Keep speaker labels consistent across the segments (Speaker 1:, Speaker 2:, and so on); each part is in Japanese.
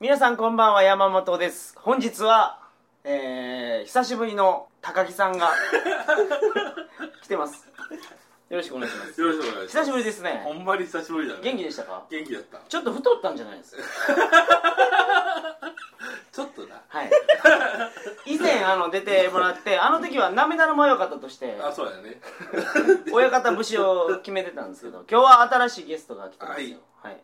Speaker 1: 皆さんこんばんは山本です本日はえー、久しぶりの高木さん が来てますよろしくお願いします
Speaker 2: よろしくお願いし
Speaker 1: 久
Speaker 2: ます
Speaker 1: しぶりですね
Speaker 2: ほんまに久しぶりだね
Speaker 1: 元気でしたか
Speaker 2: 元気だった
Speaker 1: ちょっと太ったんじゃないですか
Speaker 2: ちょっとな
Speaker 1: はい以前あの出てもらってあの時は涙の迷う方として
Speaker 2: あそうやね
Speaker 1: 親方節を決めてたんですけど今日は新しいゲストが来てますよはい、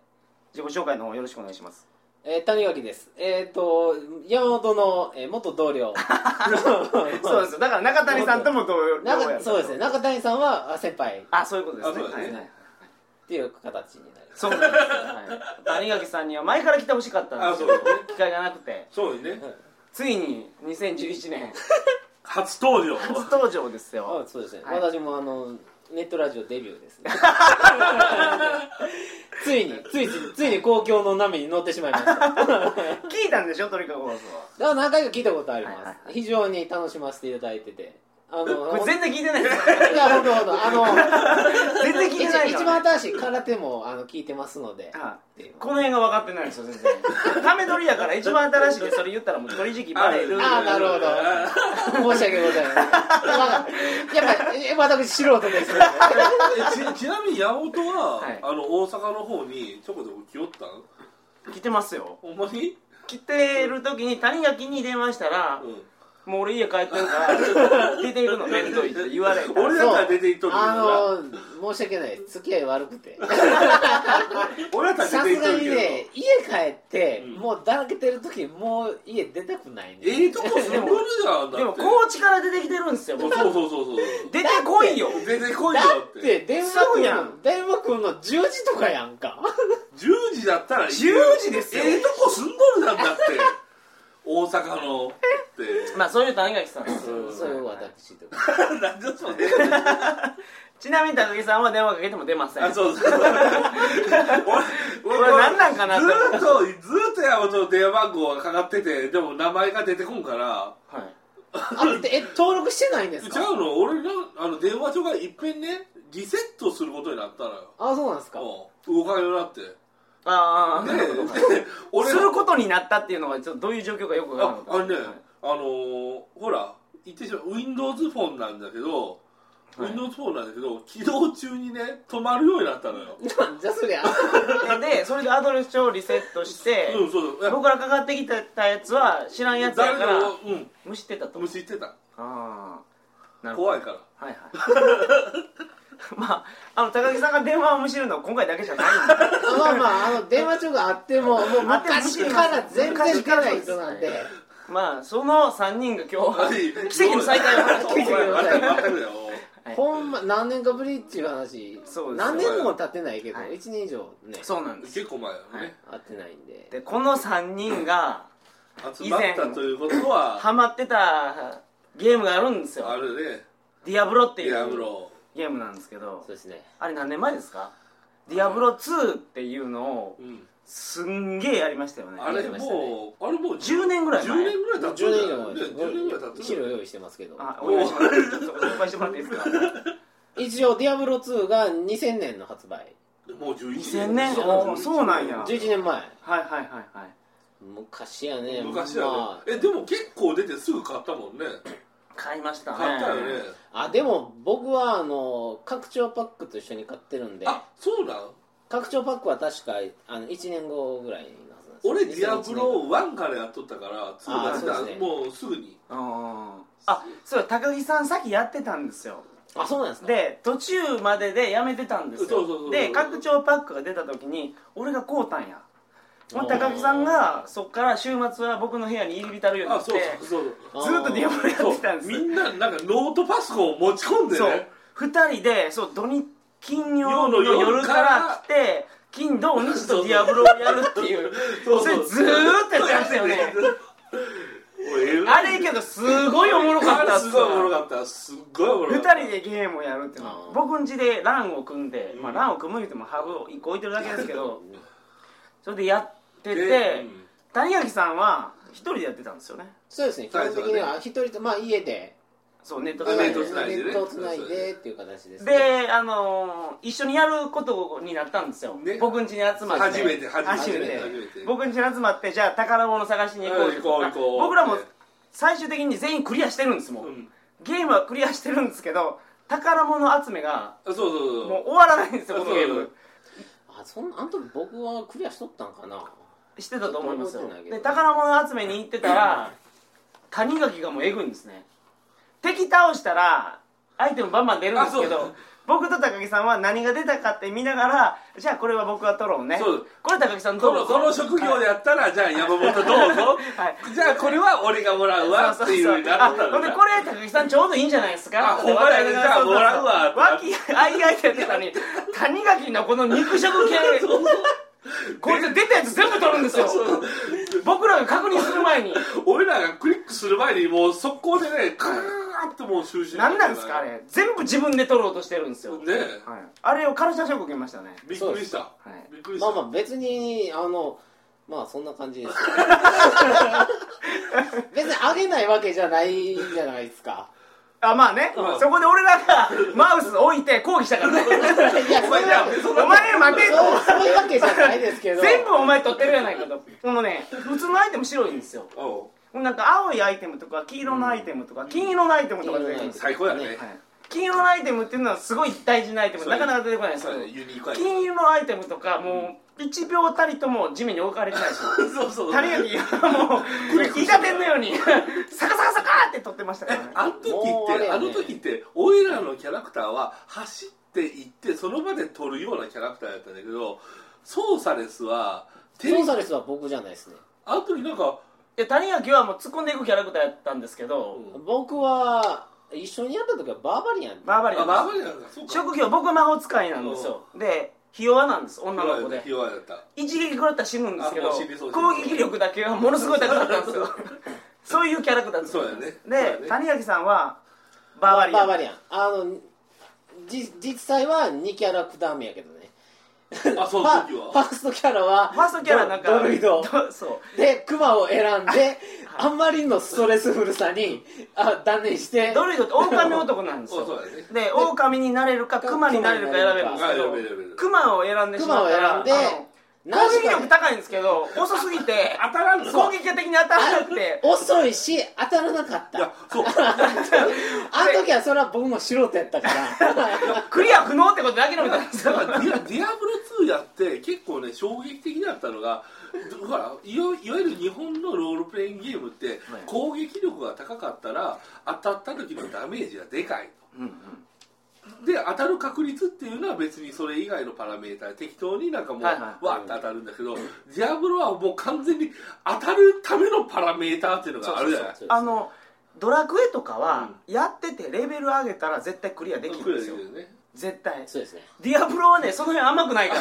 Speaker 1: 自己紹介の方よろしくお願いします
Speaker 3: えー、谷垣です。えっ、と、山本の、えー元同 僚。
Speaker 1: そうですよだから中谷さんとも同様
Speaker 3: 中そうですね。中谷さんはあ先輩っ
Speaker 1: あそういうことですね
Speaker 2: あそうですね
Speaker 1: はい
Speaker 3: ていう形になります。
Speaker 1: そうなんですよ、はい、谷垣さんには前から来てほしかったんですけど
Speaker 2: あそうです
Speaker 1: 機会がなくて
Speaker 2: そうね
Speaker 1: ついに2011年
Speaker 2: 初登場
Speaker 1: 初登場ですよ
Speaker 3: あそうですね。
Speaker 1: はい
Speaker 3: 私もあの、ネットラジオデビューです ね。ついに、ついに、ついに公共の波に乗ってしまいま した。だか
Speaker 1: 聞いたんでしょ鳥かご放送は
Speaker 3: ら何回か聞いたことあります。
Speaker 1: はいはいは
Speaker 3: 非常に楽しませていただいてて。あの、
Speaker 1: これ
Speaker 3: い
Speaker 1: 全然聞いてないですよ
Speaker 3: や、ほんとほんと。あの、
Speaker 1: 全然聞いてない
Speaker 3: 一
Speaker 1: から
Speaker 3: 一番新しい空手も、あの、聞いてますので。
Speaker 1: あ
Speaker 3: っていう
Speaker 1: この辺が分かってないんですよ全然ため取りやから一番新しくそれ言ったらもう取り時期バレる
Speaker 3: あなるほど申し訳ございません。やっぱり、え私素人です。
Speaker 2: えちち なみに山本は、
Speaker 1: はい
Speaker 2: あの大阪の方にちょこちょこ来よったん
Speaker 1: 来てますよ
Speaker 2: ほんまに
Speaker 1: 来てる時に谷垣に電話したら
Speaker 2: うん
Speaker 1: 「もう俺家帰ってる から出ていくの面倒い」って言われた
Speaker 2: 俺らが出ていっとるけどな
Speaker 3: あの、申し訳ないです。付き合い悪くて。
Speaker 2: 俺らが
Speaker 3: さ
Speaker 2: 出てい
Speaker 3: す
Speaker 2: っと
Speaker 3: が
Speaker 2: る
Speaker 3: に
Speaker 2: けど
Speaker 3: ね、家帰って、もうだらけてる時にもう家出たくない
Speaker 2: ええ
Speaker 3: ね。
Speaker 2: とこ住んどるじゃんだって
Speaker 1: でも高知から出てきてるんですよ
Speaker 2: そう
Speaker 1: 僕
Speaker 2: そうそうそうそう
Speaker 1: 出てこいよ
Speaker 2: 出てこい
Speaker 3: だ
Speaker 2: よっ
Speaker 3: ってて、電話
Speaker 1: す
Speaker 3: 来
Speaker 1: ぐ
Speaker 3: る
Speaker 1: や
Speaker 3: の
Speaker 1: ん、
Speaker 3: 電話来るの10時とかやんか。
Speaker 2: 10時だったら行く
Speaker 1: 10時ですよ
Speaker 2: ええとこ住んどるじゃんだ って大阪のって
Speaker 1: まあそういう谷垣さんですよ
Speaker 2: うん
Speaker 3: そういう私とか。
Speaker 2: 何じゃそれ
Speaker 1: ちなみに高木さんは電話かけても出ません
Speaker 2: あ、そう そう。俺、
Speaker 1: これ何なんかな
Speaker 2: ず
Speaker 1: と思
Speaker 2: ーっと、ずーっと山本の電話番号がかかってて、でも名前が出てこんから。
Speaker 1: はい
Speaker 3: あって、え、登録してないんです
Speaker 2: 違
Speaker 3: か
Speaker 2: うの、俺の、あの、電話帳がいっぺんね、リセットすることになったのよ。
Speaker 3: あ、そうなんですか。
Speaker 2: うん動かんようになって。
Speaker 1: ああなるほど、はい
Speaker 2: で俺
Speaker 1: することになったっていうのがちょっとどういう状況かよくわ
Speaker 2: あ
Speaker 1: か
Speaker 2: あ
Speaker 1: ら
Speaker 2: れ
Speaker 1: な
Speaker 2: ね、
Speaker 1: かった
Speaker 2: あのーほら、言ってしまう、Windows フォンなんだけど、
Speaker 1: はい
Speaker 2: Windows フォンなんだけど、起動中にね、止まるようになったのよ。
Speaker 3: なんじゃそりゃ。
Speaker 1: はいでそれでアドレス帳をリセットして
Speaker 2: うん、そうだ。
Speaker 1: 僕らかかってきたやつは知らんやつや
Speaker 2: 誰
Speaker 1: か
Speaker 2: からも、うん、
Speaker 1: 無視してたと
Speaker 2: 無視してた。
Speaker 1: ああなるほど
Speaker 2: 怖いから。
Speaker 1: はいはい まああの高木さんが電話を無視するのは今回だけじゃないんで
Speaker 3: まあまあ、あの、電話帳があっても、もう昔から全然出ない人なんで。
Speaker 1: まあその3人が今日は奇跡の再会を 話して
Speaker 3: 奇跡の再会
Speaker 2: 全くだよ
Speaker 1: はい
Speaker 3: ほんま何年かぶりっていう話
Speaker 1: そうです
Speaker 3: 何年も経ってないけど、
Speaker 1: はい
Speaker 3: 1年以上ね
Speaker 1: そうなんです
Speaker 2: 結構前だよ
Speaker 1: はい
Speaker 2: ね
Speaker 3: 会ってないんで
Speaker 1: でこの3人が
Speaker 2: 集まったということは
Speaker 1: ハマってたゲームがあるんですよ
Speaker 2: あるね
Speaker 1: ディアブロってい
Speaker 2: ディアブ
Speaker 1: う
Speaker 2: ロ
Speaker 1: ゲームなんですけど
Speaker 3: そうですね
Speaker 1: あれ何年前ですかディアブロ2っていうのを
Speaker 2: うん
Speaker 1: すんげえやりましたよね
Speaker 2: あれもうあれもう
Speaker 1: 10年ぐらい前
Speaker 2: 10年ぐらい経って
Speaker 3: 10年以上前
Speaker 2: ね
Speaker 3: です
Speaker 2: 10年ぐらい経って
Speaker 3: 資料
Speaker 2: る
Speaker 3: 用意してますけど
Speaker 1: あお願いしますちょっとご紹介してもらっていいですか
Speaker 3: 一応「ディアブロ2」が2000年の発売
Speaker 2: もう11
Speaker 1: 2000年おーそうなんや
Speaker 3: 11年前
Speaker 1: はいはいはいはい
Speaker 3: 昔やね
Speaker 2: 昔は
Speaker 3: ま
Speaker 2: ねえでも結構出てすぐ買ったもんね
Speaker 1: 買いましたね
Speaker 2: 買ったよね
Speaker 3: あ、あでも僕はあの拡張パックと一緒に買ってるんで
Speaker 2: あそうなん
Speaker 3: 拡張パックは確かあの1年後ぐらいのはずなんですよ
Speaker 2: 俺ディアブ
Speaker 3: 2001年
Speaker 2: ロ1からやっとったから2だ
Speaker 3: あ
Speaker 2: っ
Speaker 3: そう
Speaker 2: た
Speaker 3: ですね
Speaker 2: もうすぐに
Speaker 1: あーあそうだ高木さんさっきやってたんですよ
Speaker 3: あそうなんですか
Speaker 1: で途中まででやめてたんですよ
Speaker 2: そうそうそうそう
Speaker 1: で拡張パックが出た時に俺が買うたんやほんで高木さんがそっから週末は僕の部屋に入り浸るように
Speaker 2: あ
Speaker 1: なって
Speaker 2: そうそうそう
Speaker 3: あー
Speaker 1: ずっとディアブロやってたんです
Speaker 2: みんななんかノートパソコンを持ち込んで
Speaker 1: そう
Speaker 2: ね
Speaker 1: 2人でそう土日金曜の
Speaker 2: 曜の
Speaker 1: 夜
Speaker 2: 夜
Speaker 1: か
Speaker 2: からら
Speaker 1: 来て金土日とディアブロをやるっていう
Speaker 2: そう
Speaker 1: それずーっとやってましたよ ねあれけどすごいおもろかったっ
Speaker 2: す
Speaker 1: す
Speaker 2: ごい
Speaker 1: わ
Speaker 2: おもろかったすっごいおもろか
Speaker 1: 2
Speaker 2: った
Speaker 1: 人でゲームをやるっていうのは
Speaker 3: あー
Speaker 1: 僕ん家でランを組んで、
Speaker 2: うん
Speaker 1: まあ、ランを組む言うてもハブを1個置いてるだけですけどそれでやってて、
Speaker 2: うん
Speaker 1: 谷垣さんは1人でやってたんですよね
Speaker 3: そうですね基本的には一人とまあ家で
Speaker 1: そうネットつ
Speaker 2: あ
Speaker 1: な
Speaker 2: ネ
Speaker 1: い
Speaker 2: ットつない
Speaker 1: で
Speaker 2: でね
Speaker 3: ネットつないでっていう形ですね
Speaker 1: であのー一緒にやることになったんですよ、
Speaker 2: ね
Speaker 1: 僕ん家に集まって
Speaker 2: 初めて初
Speaker 1: 初
Speaker 2: め
Speaker 1: め
Speaker 2: て
Speaker 1: て
Speaker 2: 初めて
Speaker 1: 僕ん家に集まってじゃあ宝物探しに行こう
Speaker 2: うん行こう行こう
Speaker 1: 僕らも最終的に全員クリアしてるんですもん、
Speaker 2: うん
Speaker 1: ゲームはクリアしてるんですけど宝物集めが
Speaker 2: そうそうそう
Speaker 1: もう終わらないんですよこのゲー
Speaker 2: そう
Speaker 1: ム
Speaker 2: そう
Speaker 3: あそんあの時僕はクリアしとったんかな
Speaker 1: してたと思います
Speaker 3: ちょ
Speaker 1: よ
Speaker 3: っと覚えてない
Speaker 1: で
Speaker 3: けど
Speaker 1: 宝物集めに行ってたら谷垣がもうえぐいんですね敵倒したらアイテムバンバン出るんですけ
Speaker 2: あそ
Speaker 1: ど
Speaker 2: う
Speaker 1: 僕と高木さんは何が出たかって見ながらじゃあこれは僕は取ろうね
Speaker 2: そう
Speaker 1: これ高木さん
Speaker 2: こ
Speaker 1: 取
Speaker 2: の
Speaker 1: ろう
Speaker 2: この職業でやったら、じゃあ山本どうぞ、
Speaker 1: はい
Speaker 2: じゃあこれは俺がもらうわっていうふうにな
Speaker 1: あ
Speaker 2: ったの
Speaker 1: ほんでこれ高木さんちょうどいいんじゃないですか
Speaker 2: あほんまや
Speaker 1: で
Speaker 2: ねじゃあ
Speaker 1: そうそうそう
Speaker 2: もらうわ
Speaker 1: 和気あいあいってやってたのに谷垣のこの肉食系こいつ出たやつ全部取るんですよ僕らが確認する前に
Speaker 2: 俺らがクリックする前にもう速攻でねカーッともう収集
Speaker 1: 何なんですかあれ全部自分で取ろうとしてるんですよ、
Speaker 2: ねえ
Speaker 1: はい、あれをカルチャーショック受けましたね
Speaker 2: びっくりした、
Speaker 1: はい
Speaker 2: びっくりし
Speaker 3: ま
Speaker 2: た、
Speaker 3: あまあ別にあのまあそんな感じですよ別にあげないわけじゃないじゃないですか
Speaker 1: あまあね、
Speaker 2: うん
Speaker 1: そこで俺らが マウス置いて抗議した からね
Speaker 3: いや
Speaker 2: お
Speaker 3: そう
Speaker 2: 前
Speaker 3: い
Speaker 2: や
Speaker 3: うわけ
Speaker 2: め
Speaker 3: そ
Speaker 2: そう
Speaker 1: お前
Speaker 2: な
Speaker 1: 待て
Speaker 3: うそういうわけじゃないですけ
Speaker 1: と
Speaker 3: ど
Speaker 1: 全部お前取ってるやないかとこのね普通のアイテム白いんですよ
Speaker 2: おう
Speaker 1: なんか青いアイテムとか黄色のアイテムとか金色のアイテムとか出てくるんですよ、
Speaker 2: 最高やね、
Speaker 1: はい、金色のアイテムっていうのはすごい大事なアイテム
Speaker 2: そう
Speaker 1: なかなか出てこないです
Speaker 2: そう
Speaker 1: けど
Speaker 2: ユニークやね
Speaker 1: 金色のアイテムとかもう1秒たりとも地面に置かれてないし
Speaker 2: そうそう
Speaker 1: 谷垣がもうイカ天のようにサカサカサカって撮ってましたからね
Speaker 2: あの時
Speaker 3: もうあ
Speaker 2: っ
Speaker 3: れ
Speaker 2: てあ,、
Speaker 3: やね
Speaker 2: の時って俺らのキャラクターは走って行ってその場で撮るようなキャラクターやったんだけどソーサレスはテレ
Speaker 3: 操作レスは僕じゃないですね
Speaker 2: あの時なんか
Speaker 1: いや谷垣はもう突っ込んでいくキャラクターやったんですけど、
Speaker 3: 僕は一緒にやった時はバーバリアン
Speaker 1: バーバリア
Speaker 2: あ
Speaker 1: ン
Speaker 2: バーバリアンかそうか
Speaker 1: 職業僕は魔法使いなんですよでひ弱なんです女の子で
Speaker 2: ひ弱や った
Speaker 1: 一撃食らったら死ぬんですけ
Speaker 2: あ
Speaker 1: ど
Speaker 2: もう死にそう
Speaker 1: 攻撃力だけはものすごい高かったんですよそういうキャラクターです
Speaker 2: そうやねそうや
Speaker 1: で
Speaker 2: ね
Speaker 1: 谷垣さんはバーバリアン
Speaker 3: あのじ実際は2キャラクター目やけどね
Speaker 2: あそ
Speaker 3: フ
Speaker 2: の
Speaker 3: ァ
Speaker 2: 時
Speaker 3: ファ
Speaker 2: は
Speaker 3: ーストキャラは
Speaker 1: ファーストキャラなんか
Speaker 3: ドドルイド
Speaker 1: どそう
Speaker 3: でクマを選んであんまりのストレスフルさにあ断念して
Speaker 1: ドルイドって狼男なんです
Speaker 2: そう
Speaker 1: よ
Speaker 2: そうやね
Speaker 1: で狼になれるか熊になれるか選べるんですけ
Speaker 2: あ
Speaker 1: ど
Speaker 2: やべやべやべ
Speaker 1: 熊を選んでし
Speaker 3: ク
Speaker 1: ま
Speaker 3: マ
Speaker 1: っ
Speaker 3: を
Speaker 1: たら
Speaker 3: 選んで
Speaker 1: あの
Speaker 3: 何
Speaker 1: 攻
Speaker 3: し
Speaker 1: 撃
Speaker 3: か
Speaker 1: 力高いんですけど遅すぎて
Speaker 2: 当たらんの
Speaker 1: 攻撃が的に当たらなくて
Speaker 3: 遅いし当たらなかっ
Speaker 2: い
Speaker 3: た
Speaker 2: やそう
Speaker 3: あの時はそれは僕も素人やったから
Speaker 1: クリア不能ってことだけのみたいなんです
Speaker 2: だ
Speaker 1: よ
Speaker 2: からディアディアブロ2やって結構ね衝撃的だったのがほらいわいわゆる日本のロールプレイングゲームって
Speaker 1: はい
Speaker 2: 攻撃力が高かったら当たった時のダメージがでかいとで当たる確率っていうのは別にそれ以外のパラメーター適当になんかもう、
Speaker 1: はいはい
Speaker 2: わーって当たるんだけど、ディアブロはもう完全に当たるためのパラメーターっていうのがあるじゃない
Speaker 3: そうそう
Speaker 1: あのドラクエとかはやっててレベル上げたら絶対クリアできるんですよ
Speaker 2: クリアできるね
Speaker 1: 絶対
Speaker 3: そうですね
Speaker 1: ディアブロはねその辺甘くないから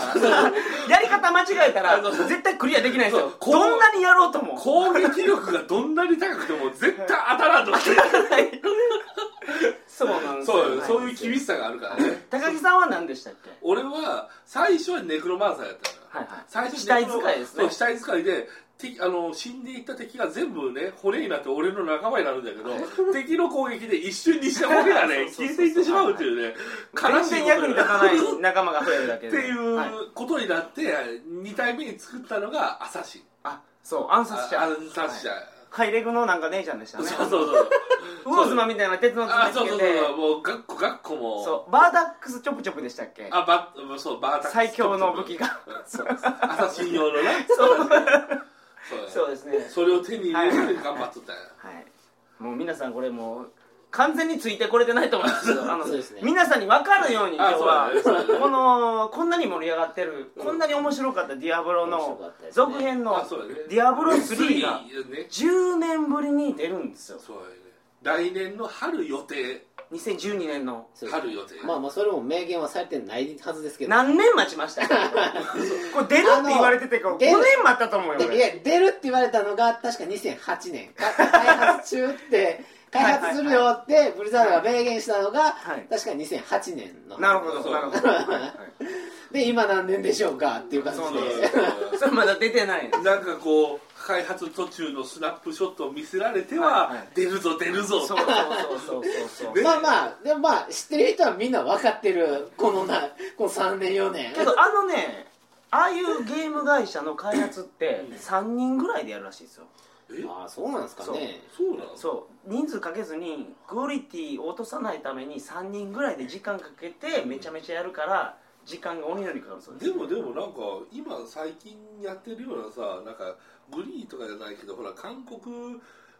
Speaker 1: やり方間違えたら絶対クリアできないんですよ
Speaker 2: そうこう
Speaker 1: どんなにやろうとも
Speaker 2: 攻撃力がどんなに高くても絶対当たらんと
Speaker 1: そうなんですよ
Speaker 2: そう
Speaker 1: はい
Speaker 2: そういう厳しさがあるからね
Speaker 1: 高木さんは何でしたっけ
Speaker 2: 俺は最初はネクロマンサーやったから、
Speaker 1: はいはい
Speaker 2: 最初
Speaker 1: 死体使いですね
Speaker 2: そう死体使いで敵あの死んでいった敵が全部ね骨になって俺の仲間になるんだけど 敵の攻撃で一瞬にして骨
Speaker 1: そうそ
Speaker 2: がね
Speaker 1: うそうそう
Speaker 2: 消えていってしまうっていうね悲
Speaker 1: 全
Speaker 2: しい
Speaker 1: 然役に
Speaker 2: ことに
Speaker 1: 立
Speaker 2: な
Speaker 1: たない仲間が増えるだけ
Speaker 2: っ
Speaker 1: で
Speaker 2: ていう
Speaker 1: はい
Speaker 2: ことになって2体目に作ったのがアサシン
Speaker 1: あそう暗
Speaker 2: あ
Speaker 1: 殺者
Speaker 2: アンサシャ、
Speaker 1: ハイレグのなんか姉ちゃんでしたね
Speaker 2: そうそうそう
Speaker 1: ウオズマみたいな鉄の
Speaker 2: あ
Speaker 1: 爪
Speaker 2: そう
Speaker 1: つ
Speaker 2: そ
Speaker 1: け
Speaker 2: う
Speaker 1: て
Speaker 2: そうもうガッコガッコも
Speaker 1: そうバーダックスチョプチョプでしたっけ
Speaker 2: あバッそうバータックス
Speaker 1: 最強の武器が
Speaker 2: そうアサシン用のね
Speaker 1: そう
Speaker 2: そうや
Speaker 1: そうですね
Speaker 2: それを手に入れるように頑張っとったんや
Speaker 1: はいもう皆さんこれもう完全についてこれてないと思うんですけどあの
Speaker 3: そうですね
Speaker 1: 皆さんに分かるように今
Speaker 2: あ
Speaker 1: 日は
Speaker 2: そうだねそうだね
Speaker 1: このこんなに盛り上がってるこんなに面白かった「ディアブロ」
Speaker 3: 面白
Speaker 1: の
Speaker 3: かったですね
Speaker 1: 続編の
Speaker 2: あそうだね
Speaker 1: 「ディアブロ3」が
Speaker 2: 3ね
Speaker 1: 10年ぶりに出るんですよ
Speaker 2: そうやね来年の春予定
Speaker 1: 2012年 の
Speaker 3: そうですね
Speaker 2: 春予定
Speaker 3: まあまあそれも明言はされてないはずですけど
Speaker 1: 何年待ちました これ出るって言われててから5
Speaker 3: 出
Speaker 1: 年
Speaker 3: る
Speaker 1: 待ったと思うよ
Speaker 3: でい
Speaker 1: 俺
Speaker 3: や出るって言われたのが確か2008年開発中って開発するよってブリザードが明言したのが
Speaker 1: はい
Speaker 3: 確か2008年の
Speaker 1: なるほどなるほどはい はい
Speaker 3: で今何年でしょうかっていう感じ
Speaker 1: そうなん
Speaker 3: で
Speaker 1: でそれまだ出てないの
Speaker 2: なんかこう開発途中のスナップショットを見せられては、
Speaker 1: はいはい
Speaker 2: 出るぞ出るぞ
Speaker 1: そうそうそうそう そう
Speaker 2: ね
Speaker 3: まあまあでもまあ知ってる人はみんな分かってるこのなこの3年4年
Speaker 1: けどあのねああいうゲーム会社の開発って3人ぐらいでやるらしいですよ
Speaker 2: え
Speaker 3: ああそうなんですかね
Speaker 2: そうなの
Speaker 1: そう人数かけずにクオリティを落とさないために3人ぐらいで時間かけてめちゃめちゃやるから時間が鬼のようにかかるそうです
Speaker 2: でもでもなんか今最近やってるようなさなんかグリーンとかじゃないけどほら韓国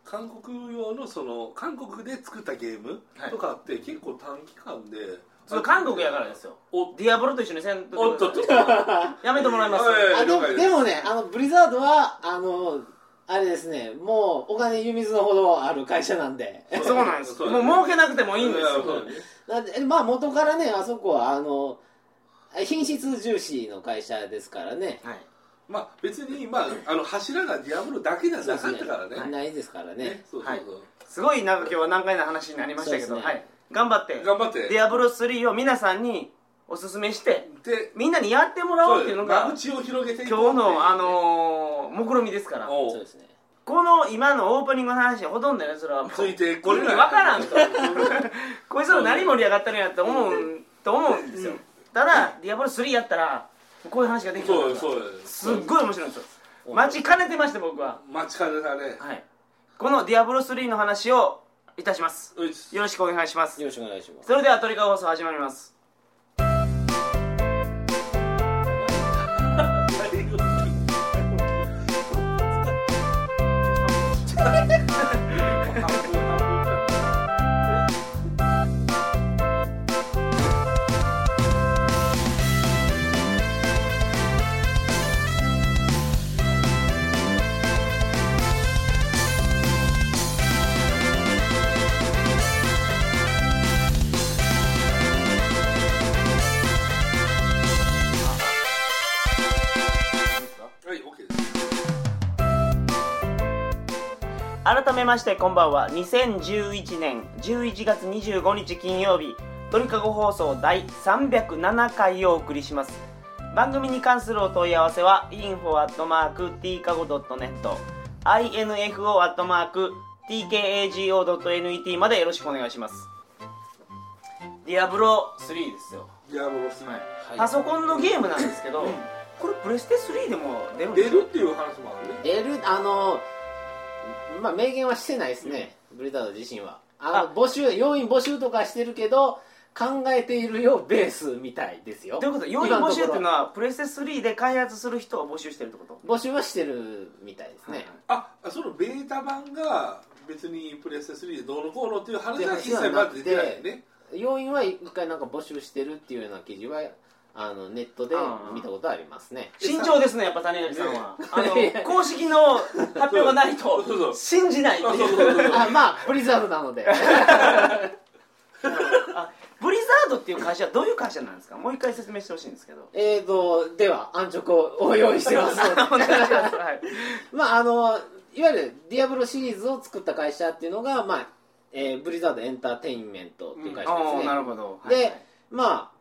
Speaker 2: 韓国用のその韓国で作ったゲーム
Speaker 1: はい
Speaker 2: とかって結構短期間で、
Speaker 1: それ韓国やからですよ
Speaker 2: お
Speaker 1: ディアボロと一緒にせん
Speaker 2: おっとっと
Speaker 1: くださいやめてもらいます
Speaker 2: おい
Speaker 3: あ
Speaker 2: 了解
Speaker 3: でも
Speaker 2: です
Speaker 3: でもねあのブリザードはあのあれですねもうお金湯水のほどある会社なんで
Speaker 1: そうなんです
Speaker 2: そう
Speaker 1: もう儲けなくてもいいんです
Speaker 2: や
Speaker 1: よ
Speaker 2: そうだね
Speaker 3: なんでまあ元からねあそこはあの品質重視の会社ですからね
Speaker 1: はい
Speaker 2: まあ別に、まあ、あの柱がディアブロだけじゃなかったからね
Speaker 3: そうです
Speaker 2: ね
Speaker 3: ないですからね
Speaker 2: そうそうそう、
Speaker 1: はいすごいなんか今日は難解な話になりましたけ
Speaker 3: そ
Speaker 1: ど、
Speaker 3: うですね
Speaker 1: はい頑張って
Speaker 2: 頑張って
Speaker 1: ディアボロ3を皆さんにおすすめして
Speaker 2: で
Speaker 1: みんなにやってもらおうっていうの
Speaker 2: そ
Speaker 1: が
Speaker 2: 間口を広げていこう
Speaker 1: 今日のあのー目論見ですから
Speaker 2: おう
Speaker 3: そうですね
Speaker 1: この今のオープニングの話はほとんどねそれはもう
Speaker 2: ついて
Speaker 1: こ
Speaker 2: こ
Speaker 1: れ
Speaker 2: れ
Speaker 1: 分
Speaker 2: ない
Speaker 1: から んとこいつら何盛り上がったのやって思うんと思うんですよただディアボロ3やったらこういう話ができる
Speaker 2: そうそう
Speaker 1: すっごい面白いんですよ待ちかねてまして僕は
Speaker 2: 待ちかねたね
Speaker 1: はいこのディアボロ3の話をいたします
Speaker 2: ういっす
Speaker 1: よろしくお願いします
Speaker 3: よろしくお願いします
Speaker 1: それではトリカゴ放送始まります
Speaker 2: はい、OK です。
Speaker 1: 改めましてこんばんは2011年11月25日金曜日鳥かご放送第307回をお送りします番組に関するお問い合わせは info.tkago.net info.tkago.net までよろしくお願いしますディアブロ3ですよ、
Speaker 2: いや、もうす
Speaker 1: パソコンのゲームなんですけど、これプレステ3でも出るんで
Speaker 2: 出
Speaker 1: すか
Speaker 2: るっていう話もあるね。
Speaker 3: 出るあのまあ明言はしてないですね、ブリザード自身はあの
Speaker 1: あ
Speaker 3: 募集要員募集とかしてるけど考えているよベースみたいですよ
Speaker 1: どういうこと要員募集っていうのはプレステ3で開発する人を募集してるってこと
Speaker 3: 募集はしてるみたいですね、
Speaker 1: はい
Speaker 2: あ、そのベータ版が別にプレステ3でどうのこうのっていう話は
Speaker 3: って
Speaker 2: 一
Speaker 3: 話は
Speaker 2: 切
Speaker 3: な
Speaker 2: ま
Speaker 3: く
Speaker 2: ず
Speaker 3: て
Speaker 2: 出てないよね。
Speaker 3: 要員は一回なんか募集してるっていうような記事はあのネットで見たことありますね
Speaker 1: 慎重ですねやっぱ谷垣さんは、あの公式の発表がないと
Speaker 2: そうそう
Speaker 1: 信じないって
Speaker 2: あそうそう
Speaker 1: いう
Speaker 2: そうそう
Speaker 3: あまあブリザードなので
Speaker 1: あブリザードっていう会社はどういう会社なんですかもう一回説明してほしいんですけど
Speaker 3: えーとでは安直を用意して ますので
Speaker 1: お願いしますはい
Speaker 3: まああのいわゆる「ディアブロシリーズを作った会社っていうのが、まあえーブリザードエンターテインメントっていう会社ですね、
Speaker 1: おーなるほどはい
Speaker 3: でま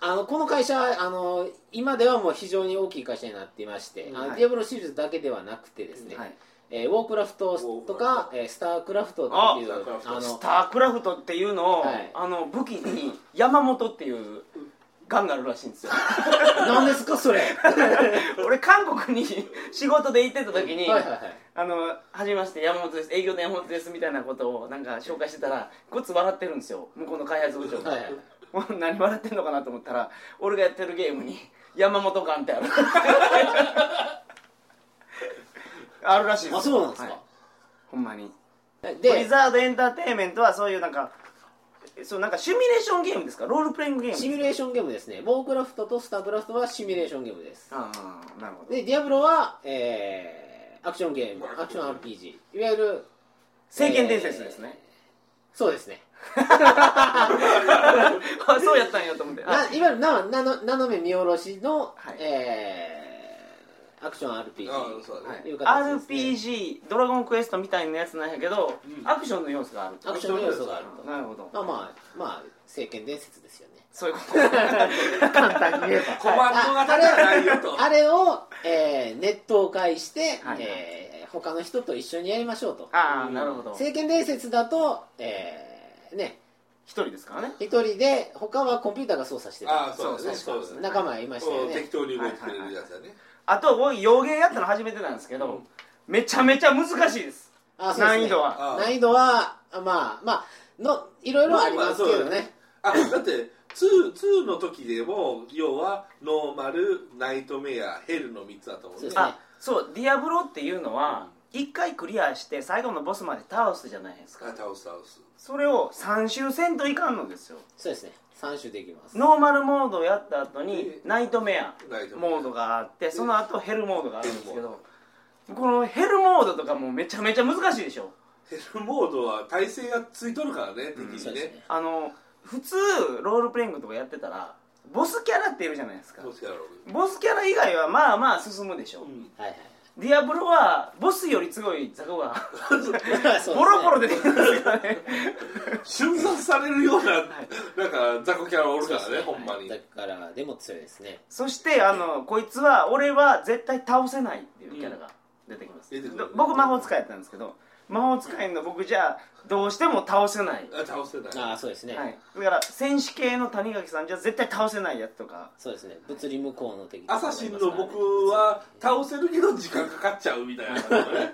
Speaker 3: ああのこの会社あの今ではもう非常に大きい会社になっていまして、あの
Speaker 1: はい
Speaker 3: ディアブロシリーズだけではなくてですね、
Speaker 1: はい
Speaker 3: えーウォークラフトとか、えースタークラフトっていう
Speaker 2: あスタークラフト
Speaker 1: ス
Speaker 3: の
Speaker 1: タークラフトっていうのを、
Speaker 3: はい
Speaker 1: あの武器に山本っていうガンがあるらしいん ですよ
Speaker 3: 何ですかそ れはい
Speaker 1: 俺韓国に仕事で行ってた時に、
Speaker 3: はいはい
Speaker 1: あの初めまして山本です営業の山本ですみたいなことをなんか紹介してたらごっつ笑ってるんですよ向こうの開発部長が、
Speaker 3: はいはい
Speaker 1: もう 何笑ってんのかなと思ったら俺がやってるゲームに山本感ってある あるらしい
Speaker 3: あそうなんですか、
Speaker 1: はいほんまに
Speaker 3: で
Speaker 1: ブリザードエンターテインメントはそういうなんかそうなんかシミュレーションゲームですかロールプレイングゲーム
Speaker 3: シミュレーションゲームですねウォークラフトとスタークラフトはシミュレーションゲームです
Speaker 1: ああなるほど
Speaker 3: でディアブロは、えーアクションゲームアクション RPG いわゆる
Speaker 1: 聖剣伝説ですね、
Speaker 3: そうですね
Speaker 1: あそうやったんやと思ってあ
Speaker 3: ないわゆるななの斜め見下ろしの、
Speaker 1: はい
Speaker 3: えーアクション RPG
Speaker 2: ああそうだね
Speaker 3: はいいう形ですね
Speaker 1: RPG ドラゴンクエストみたいなやつなんやけど、
Speaker 2: うん
Speaker 1: アクションの要素がある
Speaker 3: アクションの要素があると
Speaker 1: なるほど
Speaker 3: まあまあまあ聖剣伝説ですよね
Speaker 1: そういうこと 簡単に言えば
Speaker 2: コマンド型じゃないよと
Speaker 3: あれを、えーネットを介して、
Speaker 1: はいはい
Speaker 3: えー他の人と一緒にやりましょうと
Speaker 1: ああなるほど一
Speaker 3: 聖剣伝説だと、えーね
Speaker 1: 人ですからね
Speaker 3: 一人で他はコンピューターが操作してる
Speaker 2: ああそうだね
Speaker 1: そうそう
Speaker 2: そうだね
Speaker 3: 仲間がいましたよ
Speaker 2: うん適
Speaker 3: ね
Speaker 2: 当に動いてくれるやつだね、
Speaker 1: あと僕洋芸やったの初めてなんですけど、めちゃめちゃ難しいです
Speaker 3: あそうですね
Speaker 1: 難易度は
Speaker 2: ああ
Speaker 3: 難易度はまあまあのいろいろありますけどね、
Speaker 2: あだって2 2の時でも要はノーマルナイトメアヘルの3つだと思う
Speaker 3: そうですね
Speaker 1: あそうディアブロっていうのは一回クリアして最後のボスまで倒すじゃないです
Speaker 2: あ
Speaker 1: か
Speaker 2: 倒す倒す
Speaker 1: それを3周せんといかんのですよ
Speaker 3: そうですね3種できます
Speaker 1: ノーマルモードをやった後に
Speaker 2: え
Speaker 1: ナイトメア
Speaker 2: ナイトメア
Speaker 1: モードがあってその後ヘルモードがあるんですけ
Speaker 2: ヘル
Speaker 1: どこのヘルモードとかもうめちゃめちゃ難しいでしょ
Speaker 2: ヘルモードは体勢がついとるからね敵
Speaker 3: そう
Speaker 2: に
Speaker 3: で
Speaker 2: ね
Speaker 3: すね
Speaker 1: あの普通ロールプレイングとかやってたらボスキャラっているじゃないですか
Speaker 2: どうせやろう
Speaker 1: ボスキャラ以外はまあまあ進むでしょ、
Speaker 2: うん
Speaker 3: は いはい
Speaker 1: ディアブロはボスよりすごい雑魚が
Speaker 3: そうですね
Speaker 1: ボロボロ出てくるんですからね
Speaker 2: 瞬殺されるような、
Speaker 1: い
Speaker 2: なんか雑魚キャラおる
Speaker 3: そ
Speaker 2: か
Speaker 3: うで
Speaker 2: らね
Speaker 3: すね
Speaker 2: ほんまに、
Speaker 3: だからでも強いですね
Speaker 1: そしてあのこいつは俺は絶対倒せないっていうキャラが出てきます、
Speaker 2: うん出てくる
Speaker 1: 僕魔法使いやったんですけど魔法使いの僕じゃどうしても倒せない、
Speaker 2: あ倒せない
Speaker 3: ああそうですね、
Speaker 1: はい、だから戦士系の谷垣さんじゃ絶対倒せないやつとか
Speaker 3: そうですね物理無効の敵とか
Speaker 2: ア
Speaker 3: もいま
Speaker 2: サ
Speaker 3: す
Speaker 2: シ
Speaker 3: か
Speaker 2: ン
Speaker 3: らね
Speaker 2: の僕は倒せるけど時間かかっちゃうみたいな感じのね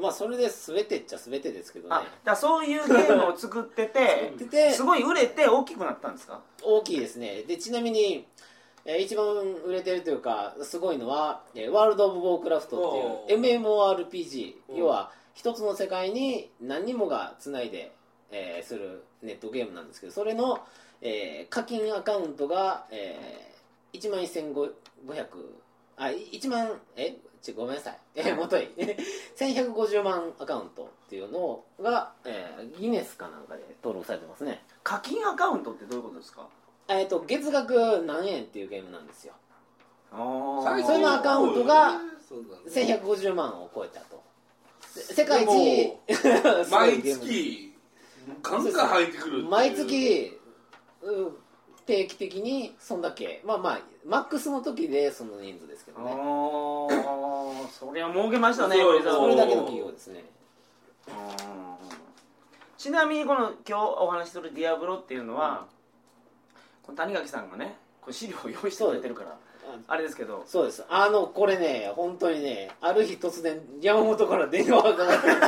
Speaker 3: まあそれで全てっちゃ全てですけどね
Speaker 1: あだからそういうゲームを作って て
Speaker 3: でです
Speaker 1: ごい売れて大きくなったんですか
Speaker 3: 大きいですねでちなみに、えー一番売れてるというかすごいのは「えーワールド・オブ・ウォークラフト」っていう MMORPG
Speaker 2: おう
Speaker 3: 要は一つの世界に何人もがつないで、えーするネットゲームなんですけどそれの、えー課金アカウントが、えー、1万1500あ1万えちょごめんなさい、えー、もとい 1150万アカウントっていうのが、えーギネスかなんかで登録されてますね
Speaker 1: 課金アカウントってどういうことですか
Speaker 3: えっと月額何円っていうゲームなんですよ
Speaker 1: あー
Speaker 2: 最
Speaker 3: そ
Speaker 2: 初
Speaker 3: れのアカウントが
Speaker 2: そうだね
Speaker 3: 1150万を超えたとせ世界一
Speaker 2: で
Speaker 3: すごい
Speaker 2: 毎
Speaker 3: ゲームで
Speaker 2: 月ガンガン入ってくるっていう
Speaker 3: 毎月うん定期的にそんだけまあまあマックスの時でその人数ですけど
Speaker 1: あ
Speaker 3: ね
Speaker 1: ーそりゃ儲けましたね
Speaker 2: そう
Speaker 1: ブリザード
Speaker 3: それだけの企業ですね
Speaker 1: ちなみにこの今日お話しする「ディアブロ」っていうのは、この谷垣さんがねこれ資料を用意してくれてるからあれですけど
Speaker 3: そうですあのこれね本当にねある日突然山本から電話がかかってきて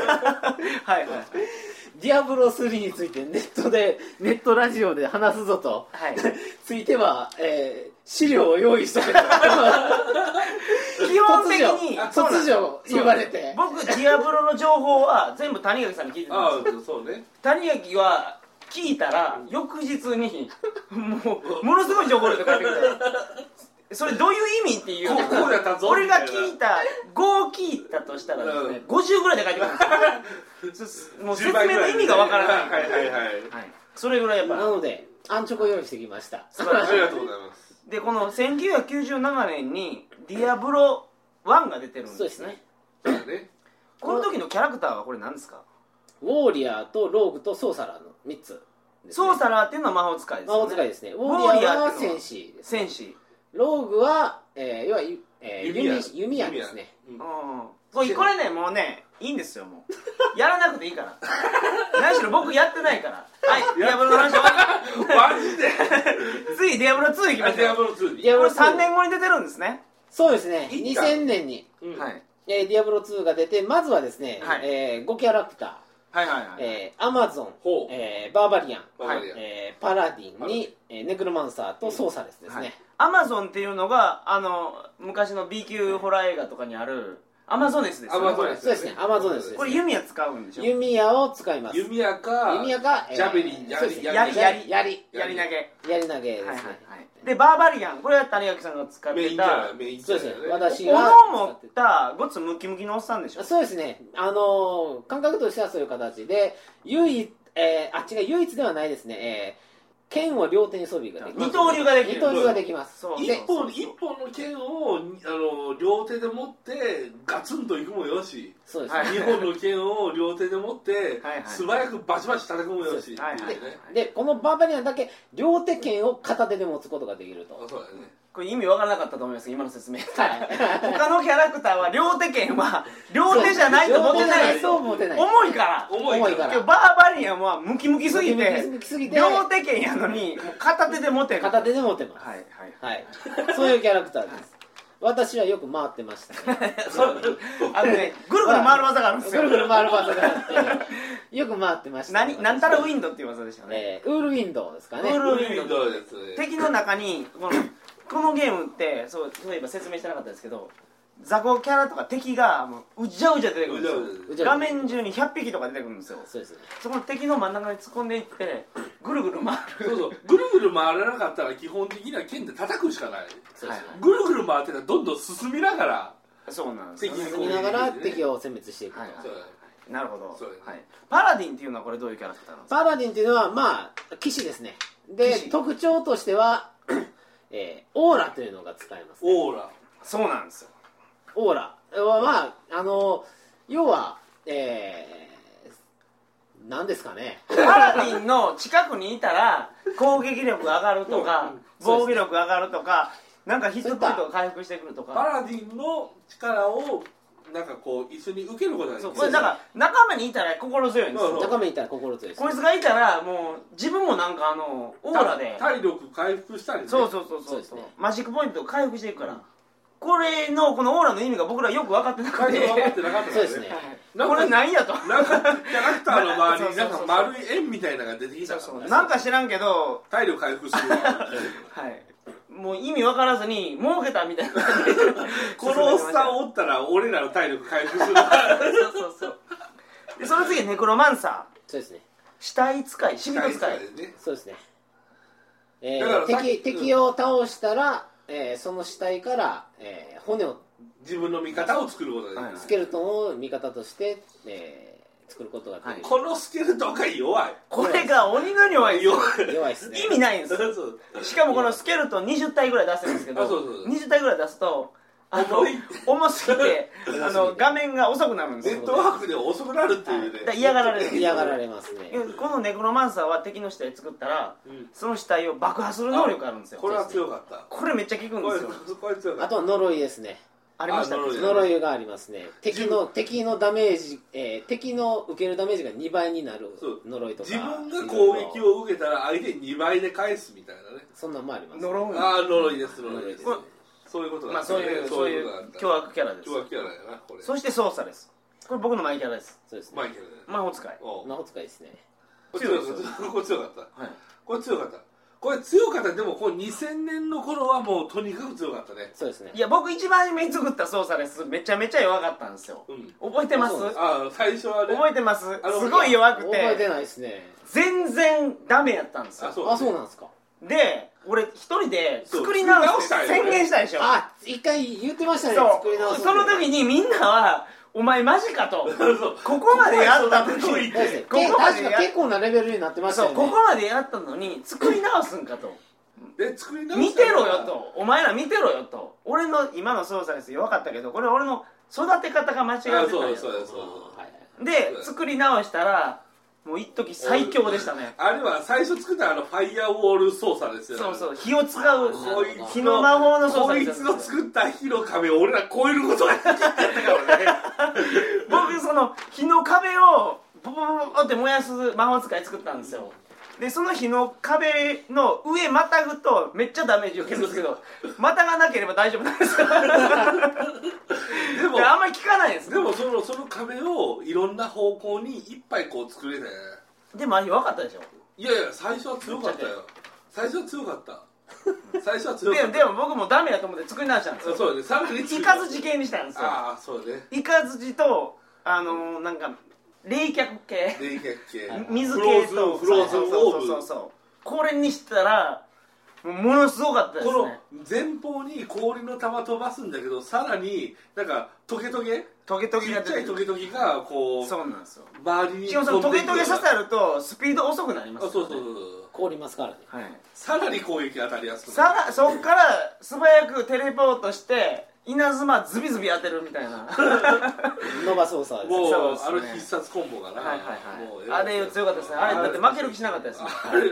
Speaker 1: はいはい
Speaker 3: 「ディアブロ3についてネットでネットラジオで話すぞ」と
Speaker 1: はい
Speaker 3: ついては、えー資料を用意してくれた
Speaker 1: 基本的にそ
Speaker 3: 突如
Speaker 1: うなんです
Speaker 3: 突如言われて
Speaker 1: 僕ディアブロの情報は全部谷垣さんに聞いてたん
Speaker 2: あ
Speaker 1: ですよ
Speaker 2: あそうね
Speaker 1: 谷垣は聞いたら翌日にもうものすごい情報量が返ってきたそれどういう意味っていう
Speaker 2: こうこうやったぞ
Speaker 1: 俺が
Speaker 2: みたいな
Speaker 1: 聞いた5を聞いたとしたらですね、
Speaker 2: うん
Speaker 1: 50ぐらいで書いてくるんです よもう説
Speaker 2: 10倍ぐ
Speaker 1: 明
Speaker 2: ら
Speaker 1: の
Speaker 2: い
Speaker 1: 意味がわからない、
Speaker 2: はいはいはいはい
Speaker 1: はいそれぐらいやっ
Speaker 3: な
Speaker 1: ぱ
Speaker 3: ので安直を用意してきました
Speaker 1: 素晴らし
Speaker 2: ありがとうございます
Speaker 1: いでこの1997年に「ディアブロ1」が出てるんです
Speaker 3: そう
Speaker 1: ね
Speaker 3: で
Speaker 2: そ
Speaker 3: すね
Speaker 2: うだね
Speaker 1: この時のキャラクターはこれ何ですか
Speaker 3: ウォーリアーとローグとソーサラーの3つです、ね、
Speaker 1: ソーサラーっていうのは魔法使いです
Speaker 3: 魔
Speaker 1: よね
Speaker 3: 法使いですねウ
Speaker 1: ォ
Speaker 3: ォ
Speaker 1: ー
Speaker 3: ー
Speaker 1: リ
Speaker 3: リ
Speaker 1: ア
Speaker 3: ア
Speaker 1: ーっ
Speaker 3: ーは
Speaker 1: ていうのは
Speaker 3: 戦士です、
Speaker 1: 戦士
Speaker 3: ローグは、えー、要は、えー、弓弓矢ですね
Speaker 2: 弓矢
Speaker 1: うんこれこれねもうねいいんですよも うやらなくていいから何しろ僕やってないからはいディアブロの話終わ
Speaker 2: うん マジ で
Speaker 1: り次ディアブロ2いきまし
Speaker 2: ディ
Speaker 1: ょ
Speaker 2: ア
Speaker 1: う
Speaker 2: ブロ2に
Speaker 3: ディア
Speaker 1: こ
Speaker 3: ブ
Speaker 1: れ
Speaker 3: ロ
Speaker 1: 3
Speaker 3: 2
Speaker 1: 年後に出てるんですね、
Speaker 3: そうですね
Speaker 2: いいか
Speaker 3: 2000年に、
Speaker 2: うん
Speaker 1: はい、
Speaker 3: えー、ディアブロ2が出てまずはですね、
Speaker 1: はい
Speaker 3: えー、5キャラクタ
Speaker 1: はいはいは
Speaker 3: ー、
Speaker 1: い
Speaker 3: えー、アマゾン、
Speaker 2: ほう
Speaker 3: えー、バーバリアン、
Speaker 2: わかるやん
Speaker 3: えー、パラディ
Speaker 2: パラ
Speaker 3: ン
Speaker 2: ディ
Speaker 3: に、えー、ネクロマンサーとソーサレスですね、
Speaker 1: はいアマゾンっていうのがあの昔の B 級ホラー映画とかにあるアマゾネスです
Speaker 2: ア
Speaker 1: よ
Speaker 2: マ
Speaker 1: ね
Speaker 2: ゾ
Speaker 1: こ
Speaker 2: ネ
Speaker 1: れ
Speaker 2: ス
Speaker 3: そうですねアマゾネスです
Speaker 1: これ弓矢使うんでしょ
Speaker 3: 弓矢を使います
Speaker 2: 弓矢か
Speaker 3: 弓矢が、
Speaker 2: ジャベリン
Speaker 3: そうですね
Speaker 2: 槍
Speaker 1: 槍
Speaker 3: 槍
Speaker 1: やり投げはい
Speaker 3: 槍投げですね、
Speaker 1: はいはいでバーバリアンこれは谷垣さんが使っ
Speaker 2: メ
Speaker 1: て
Speaker 2: インキャ
Speaker 1: た
Speaker 2: ラメインキ
Speaker 3: そ
Speaker 2: ャ
Speaker 3: う
Speaker 2: ラ
Speaker 3: で
Speaker 2: だ
Speaker 3: す
Speaker 2: よ
Speaker 3: ね
Speaker 2: ね
Speaker 3: 私
Speaker 1: 斧
Speaker 3: が
Speaker 1: を持ったごつムキムキのおっさんでしょ
Speaker 3: そうですねあのー感覚としてはそういう形で唯一、えーあっちが唯一ではないですね、えー剣は両手に装備ができます
Speaker 1: 二刀流ができ
Speaker 3: 二
Speaker 1: る
Speaker 3: 刀流ができます
Speaker 1: そう
Speaker 2: 一
Speaker 3: で
Speaker 2: 本一本の剣をあの両手で持ってガツンといくもよし
Speaker 3: そうです
Speaker 1: は
Speaker 3: ね
Speaker 1: い
Speaker 2: 二本の剣を両手で持って
Speaker 1: はいはい
Speaker 2: 素早くバシバシ叩くもよしっていうね
Speaker 1: はいはい
Speaker 3: でこのバーバリアンだけ両手剣を片手で持つことができる
Speaker 2: あ
Speaker 3: と
Speaker 2: そうだよね
Speaker 1: これ意味わからなかったと思います今の説明
Speaker 3: はい
Speaker 1: 他のキャラクターは両手剣は両手じゃないと持てない
Speaker 3: 両手じゃそう持てない
Speaker 1: 重いから
Speaker 2: 重い
Speaker 3: 重い
Speaker 2: か
Speaker 3: からら
Speaker 1: 今日バーバリアンはムキムキすぎ
Speaker 3: ムキ
Speaker 1: て
Speaker 3: ムキすぎて
Speaker 1: 両手剣やのにもう片手で持てる
Speaker 3: 片手で持てます
Speaker 1: はいはい
Speaker 3: はい そういうキャラクターです私はよく回って ましたね
Speaker 1: そうあのねぐるぐる回る技があるんです
Speaker 3: ぐ
Speaker 1: よ
Speaker 3: るぐる回る技があってよく回ってました
Speaker 1: 何なんたらウィンドっていう技でしたね、
Speaker 3: えーウールウィンドウですかね
Speaker 1: ウール
Speaker 2: ウィンドウですね
Speaker 1: 敵の中にこのこのゲームってそうそういえば説明してなかったですけど雑魚キャラとか敵がもううじゃうじゃ出てくるんですよ
Speaker 3: うじゃうじゃ
Speaker 1: 画面中に100匹とか出てくるんですよ
Speaker 3: そうですね
Speaker 1: そこの敵の真ん中に突っ込んでいってぐるぐる回る
Speaker 2: そうそうぐるぐる回らなかったら基本的には剣で叩くしかない
Speaker 3: そうですね
Speaker 1: は
Speaker 2: ぐるぐる回ってたらどんどん進みながら
Speaker 1: そうなんですよ、
Speaker 2: 敵
Speaker 1: ね
Speaker 2: に、
Speaker 3: 進みながら敵を殲滅していくと、
Speaker 1: はいはい
Speaker 2: そうだね
Speaker 1: なるほど、
Speaker 2: そうです
Speaker 1: は
Speaker 2: ね
Speaker 1: い、パラディンっていうのはこれどういうキャラクターなんですか
Speaker 3: パラディンっていうのはまあ騎士ですね
Speaker 1: 騎
Speaker 3: で
Speaker 1: 士
Speaker 3: 特徴としては、 えーオーラというのが使えます、ね、
Speaker 2: オーラ
Speaker 1: そうなんですよ
Speaker 3: オーラはまああの要はえー、何ですかね
Speaker 1: パラディンの近くにいたら攻撃力が上がるとか防御力が上がるとかなんかヒットポイントが回復してくると
Speaker 2: パ
Speaker 1: か
Speaker 2: ラディンの力をなんかこう一緒に受けることができ
Speaker 1: そう
Speaker 2: る
Speaker 1: これだから仲間にいたら心強いんです
Speaker 2: そう
Speaker 1: よ
Speaker 3: 中身いたら心強いです
Speaker 1: こいつがいたらもう自分もなんかあのオーラで
Speaker 2: 体力回復したりね
Speaker 1: そうそうそうそ
Speaker 3: そう
Speaker 1: う
Speaker 3: ですね
Speaker 1: マジックポイントを回復していくからこれのこのオーラの意味が僕らよく分かってなく
Speaker 2: 最
Speaker 1: て
Speaker 2: 初分かってなかったから
Speaker 3: そうですね
Speaker 1: はい これ何やと
Speaker 2: なんかキャラクターの周りに
Speaker 1: そ
Speaker 2: な
Speaker 1: うんそうそ
Speaker 2: か
Speaker 1: う
Speaker 2: 丸い円みたいなのが出てきたから ね
Speaker 1: なんか知らんけど
Speaker 2: 体力回 復する
Speaker 1: はいもう意味分からずに儲けたみたいな感じで
Speaker 2: このおっさんおったら俺らの体力回復す る
Speaker 1: そうそうそうでその次ネクロマンサー
Speaker 3: そうですね
Speaker 1: 死体使い死人使い
Speaker 2: ね
Speaker 3: そうですね、え
Speaker 2: だから
Speaker 3: ー、
Speaker 2: さっき
Speaker 3: 敵敵を倒したら、えーその死体から、えー骨を
Speaker 2: 自分の味方を作ることができる
Speaker 3: スケルトンを味方として、えー作ることができる、
Speaker 2: このスケルトンが弱い
Speaker 1: これが鬼の量は
Speaker 2: 弱
Speaker 3: 弱いですね
Speaker 1: 意味ないんです
Speaker 2: そ
Speaker 1: よ
Speaker 2: うそ う
Speaker 1: しかもこのスケルトン20体ぐらい出してるんですけど
Speaker 2: あそうそうそう
Speaker 1: 20体ぐらい出すとあの
Speaker 2: 重い
Speaker 1: 重すぎて
Speaker 3: ぎて
Speaker 1: あの画面が遅くなるんで
Speaker 2: ネ
Speaker 1: すよ
Speaker 2: ットワークで遅くなるっていうね
Speaker 1: だから嫌がられる
Speaker 3: 嫌がられますね
Speaker 1: このネクロマンサーは敵の死体作ったら
Speaker 2: うん
Speaker 1: その死体を爆破する能力があるんですよ
Speaker 2: これは強かった
Speaker 1: これめっちゃ効くん
Speaker 2: こ
Speaker 1: で
Speaker 2: れ
Speaker 1: すよ
Speaker 2: これ強か
Speaker 3: あ
Speaker 2: った
Speaker 3: とは呪いですね
Speaker 1: ありましたっ
Speaker 2: あ呪い
Speaker 1: け
Speaker 3: 呪いがありますね敵の敵のダメージ、えー敵の受けるダメージが2倍になる
Speaker 2: そう
Speaker 3: 呪いとか
Speaker 2: 自分が攻撃
Speaker 3: を
Speaker 2: を受けたら相手2倍で返すみたいなね
Speaker 3: そんなんもあります、
Speaker 1: 呪うん
Speaker 2: ああ呪いです呪いです
Speaker 1: これ
Speaker 2: そういうこと
Speaker 1: まあそういうそういう凶
Speaker 2: 凶悪
Speaker 1: 悪キャラです
Speaker 2: 凶悪キャラやなこれ
Speaker 1: そして操作ですこれ僕のマイキャラです
Speaker 3: そうですね
Speaker 2: マイケルだよね
Speaker 1: 魔法使い
Speaker 2: おう
Speaker 3: 魔法使いですね
Speaker 2: これ強かった これ強かった
Speaker 1: はい
Speaker 2: これ強かったこれ強かったでもこれ2000年の頃はもうとにかく強かったね
Speaker 3: そうですね
Speaker 1: いや僕一番初めに作った操作ですめちゃめちゃ弱かったんですよ
Speaker 2: うん
Speaker 1: 覚えてます
Speaker 3: あそうなんで
Speaker 2: ああ最初はね
Speaker 1: 覚えてます
Speaker 2: あの
Speaker 1: すごい弱く
Speaker 3: 覚えて
Speaker 1: て
Speaker 3: ないですね
Speaker 1: 全然ダメやったんです
Speaker 2: あ
Speaker 1: よ
Speaker 2: そう
Speaker 3: あそうなんですか
Speaker 1: で俺一人で
Speaker 2: そう
Speaker 1: 作り直して
Speaker 2: 作り直したんよ
Speaker 1: 宣
Speaker 2: ね
Speaker 1: 言したでしょ
Speaker 3: あ一回言ってましたね作り直
Speaker 1: そう
Speaker 3: す
Speaker 1: その時にみんなは「お前マジか」と
Speaker 2: そう
Speaker 1: 「ここまでやったの
Speaker 2: ここまで
Speaker 1: に
Speaker 2: や
Speaker 3: そうですね
Speaker 1: ここまで
Speaker 3: 確
Speaker 1: や
Speaker 3: か結構なレベルになってましたよ
Speaker 1: そう
Speaker 3: ね
Speaker 1: ここまでやったのに作り直すんか」と。
Speaker 2: で作り直
Speaker 1: 見
Speaker 2: して
Speaker 1: ろよとお前ら見てろよと俺の今の操作です弱かったけどこれは俺の育て方が間違ってた
Speaker 2: あ
Speaker 1: ん
Speaker 2: そう
Speaker 1: や
Speaker 2: だそうだそうだ
Speaker 3: はいはい
Speaker 1: で作り直したらもう一時最強でしたね
Speaker 2: あれは最初作ったあのファイアウォール操作ですよね
Speaker 1: そうそう火を使う
Speaker 2: こいつの
Speaker 1: 火の魔法の操
Speaker 2: こ
Speaker 1: 作
Speaker 2: い
Speaker 1: です
Speaker 2: つの作った火の壁を俺ら超えることができなかったからね
Speaker 1: 僕その火の壁をボボボボボって燃やす魔法使い作ったんですよでその火の壁の上またぐとめっちゃダメージ受けるんですけどまたがなければ大丈夫なんです よ
Speaker 2: でも
Speaker 1: であんまり効かないんです
Speaker 2: でもそのその壁をいろんな方向にいっぱいこう作れて
Speaker 1: でもあれ弱かったでしょ
Speaker 2: いやいや最初は強かったよ最初は強かった最初は強か
Speaker 1: で
Speaker 2: った
Speaker 1: でも僕もダメだと思って作り直したんです
Speaker 2: あ
Speaker 1: よ
Speaker 2: そうだねさらに
Speaker 1: イカズチ系にしたんですよ
Speaker 2: ああそうだね
Speaker 1: イカズチとあのー、なんか冷却系
Speaker 2: 冷却系
Speaker 1: 水系と
Speaker 2: フローズ
Speaker 1: そうそう
Speaker 2: ンフローズンオー
Speaker 1: そうそう
Speaker 2: ブ
Speaker 1: そうこれにしたらもうものすごかったです
Speaker 2: この
Speaker 1: ね
Speaker 2: 前方に氷の玉飛ばすんだけどさらになんかトゲトゲ
Speaker 1: トゲトゲ
Speaker 2: ち
Speaker 1: が
Speaker 2: っちゃ
Speaker 1: 出
Speaker 2: い
Speaker 1: て
Speaker 2: ト
Speaker 1: く
Speaker 2: ゲ
Speaker 1: る
Speaker 2: トゲがこう
Speaker 1: そうなんですよ
Speaker 2: 周りに
Speaker 1: しかもそのトゲトゲ刺さるとスピード遅くなり
Speaker 2: あ
Speaker 1: ます
Speaker 2: そう
Speaker 1: よ
Speaker 2: そうそう
Speaker 1: ね
Speaker 2: そう
Speaker 3: 凍りますからね
Speaker 1: はい
Speaker 2: さらに攻撃当たりやすくな
Speaker 1: さ
Speaker 2: る
Speaker 1: らそっから素早くテレポートして稲妻ズビズビ当てるみたい な
Speaker 3: 伸ばそうさです
Speaker 2: もう
Speaker 1: そうです
Speaker 2: あ
Speaker 1: ね
Speaker 2: の必殺コンボがな、
Speaker 1: はいはいはい
Speaker 2: もう
Speaker 1: あれ強かったですねあれだって負ける気しなかったですもん
Speaker 2: あれ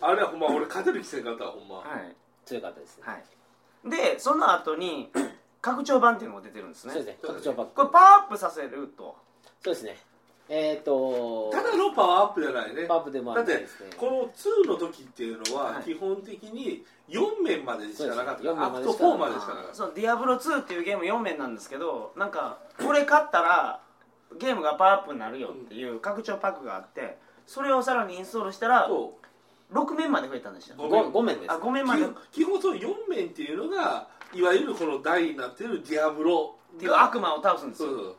Speaker 2: あれはほんま俺勝てる気せんかったわほんま、
Speaker 1: はい
Speaker 3: 強かったですね、
Speaker 1: はいでその後に拡張版っていうのが出てるんですね
Speaker 3: そうですね拡張パック
Speaker 1: これパワーアップさせると
Speaker 3: そうですねえっ、と
Speaker 2: ただのパワーアップじゃないね
Speaker 3: パワーアップでもあ
Speaker 2: だっ
Speaker 3: るんで
Speaker 2: て
Speaker 3: すね
Speaker 2: この2の時っていうの
Speaker 1: は
Speaker 2: はい基本的に4面までしかなかったから、
Speaker 3: そう
Speaker 2: アク
Speaker 3: です
Speaker 2: ト
Speaker 3: 4
Speaker 2: 4
Speaker 3: 面
Speaker 2: ま
Speaker 3: ま
Speaker 2: でしかなかった
Speaker 1: そう「ディアブロ2」っていうゲーム4面なんですけどなんかこれ勝ったらゲームがパワーアップになるよっていう拡張パックがあってそれをさらにインストールしたら
Speaker 2: そ
Speaker 1: 6面まで増えたんでした
Speaker 2: ご
Speaker 1: あ
Speaker 2: めん
Speaker 3: ごごめんです
Speaker 1: 5面までっ
Speaker 2: う基本その4面っていうのがいわゆるこの台になってるディアブロ
Speaker 1: ていう悪魔を倒すんです
Speaker 2: そう
Speaker 1: よ
Speaker 2: そう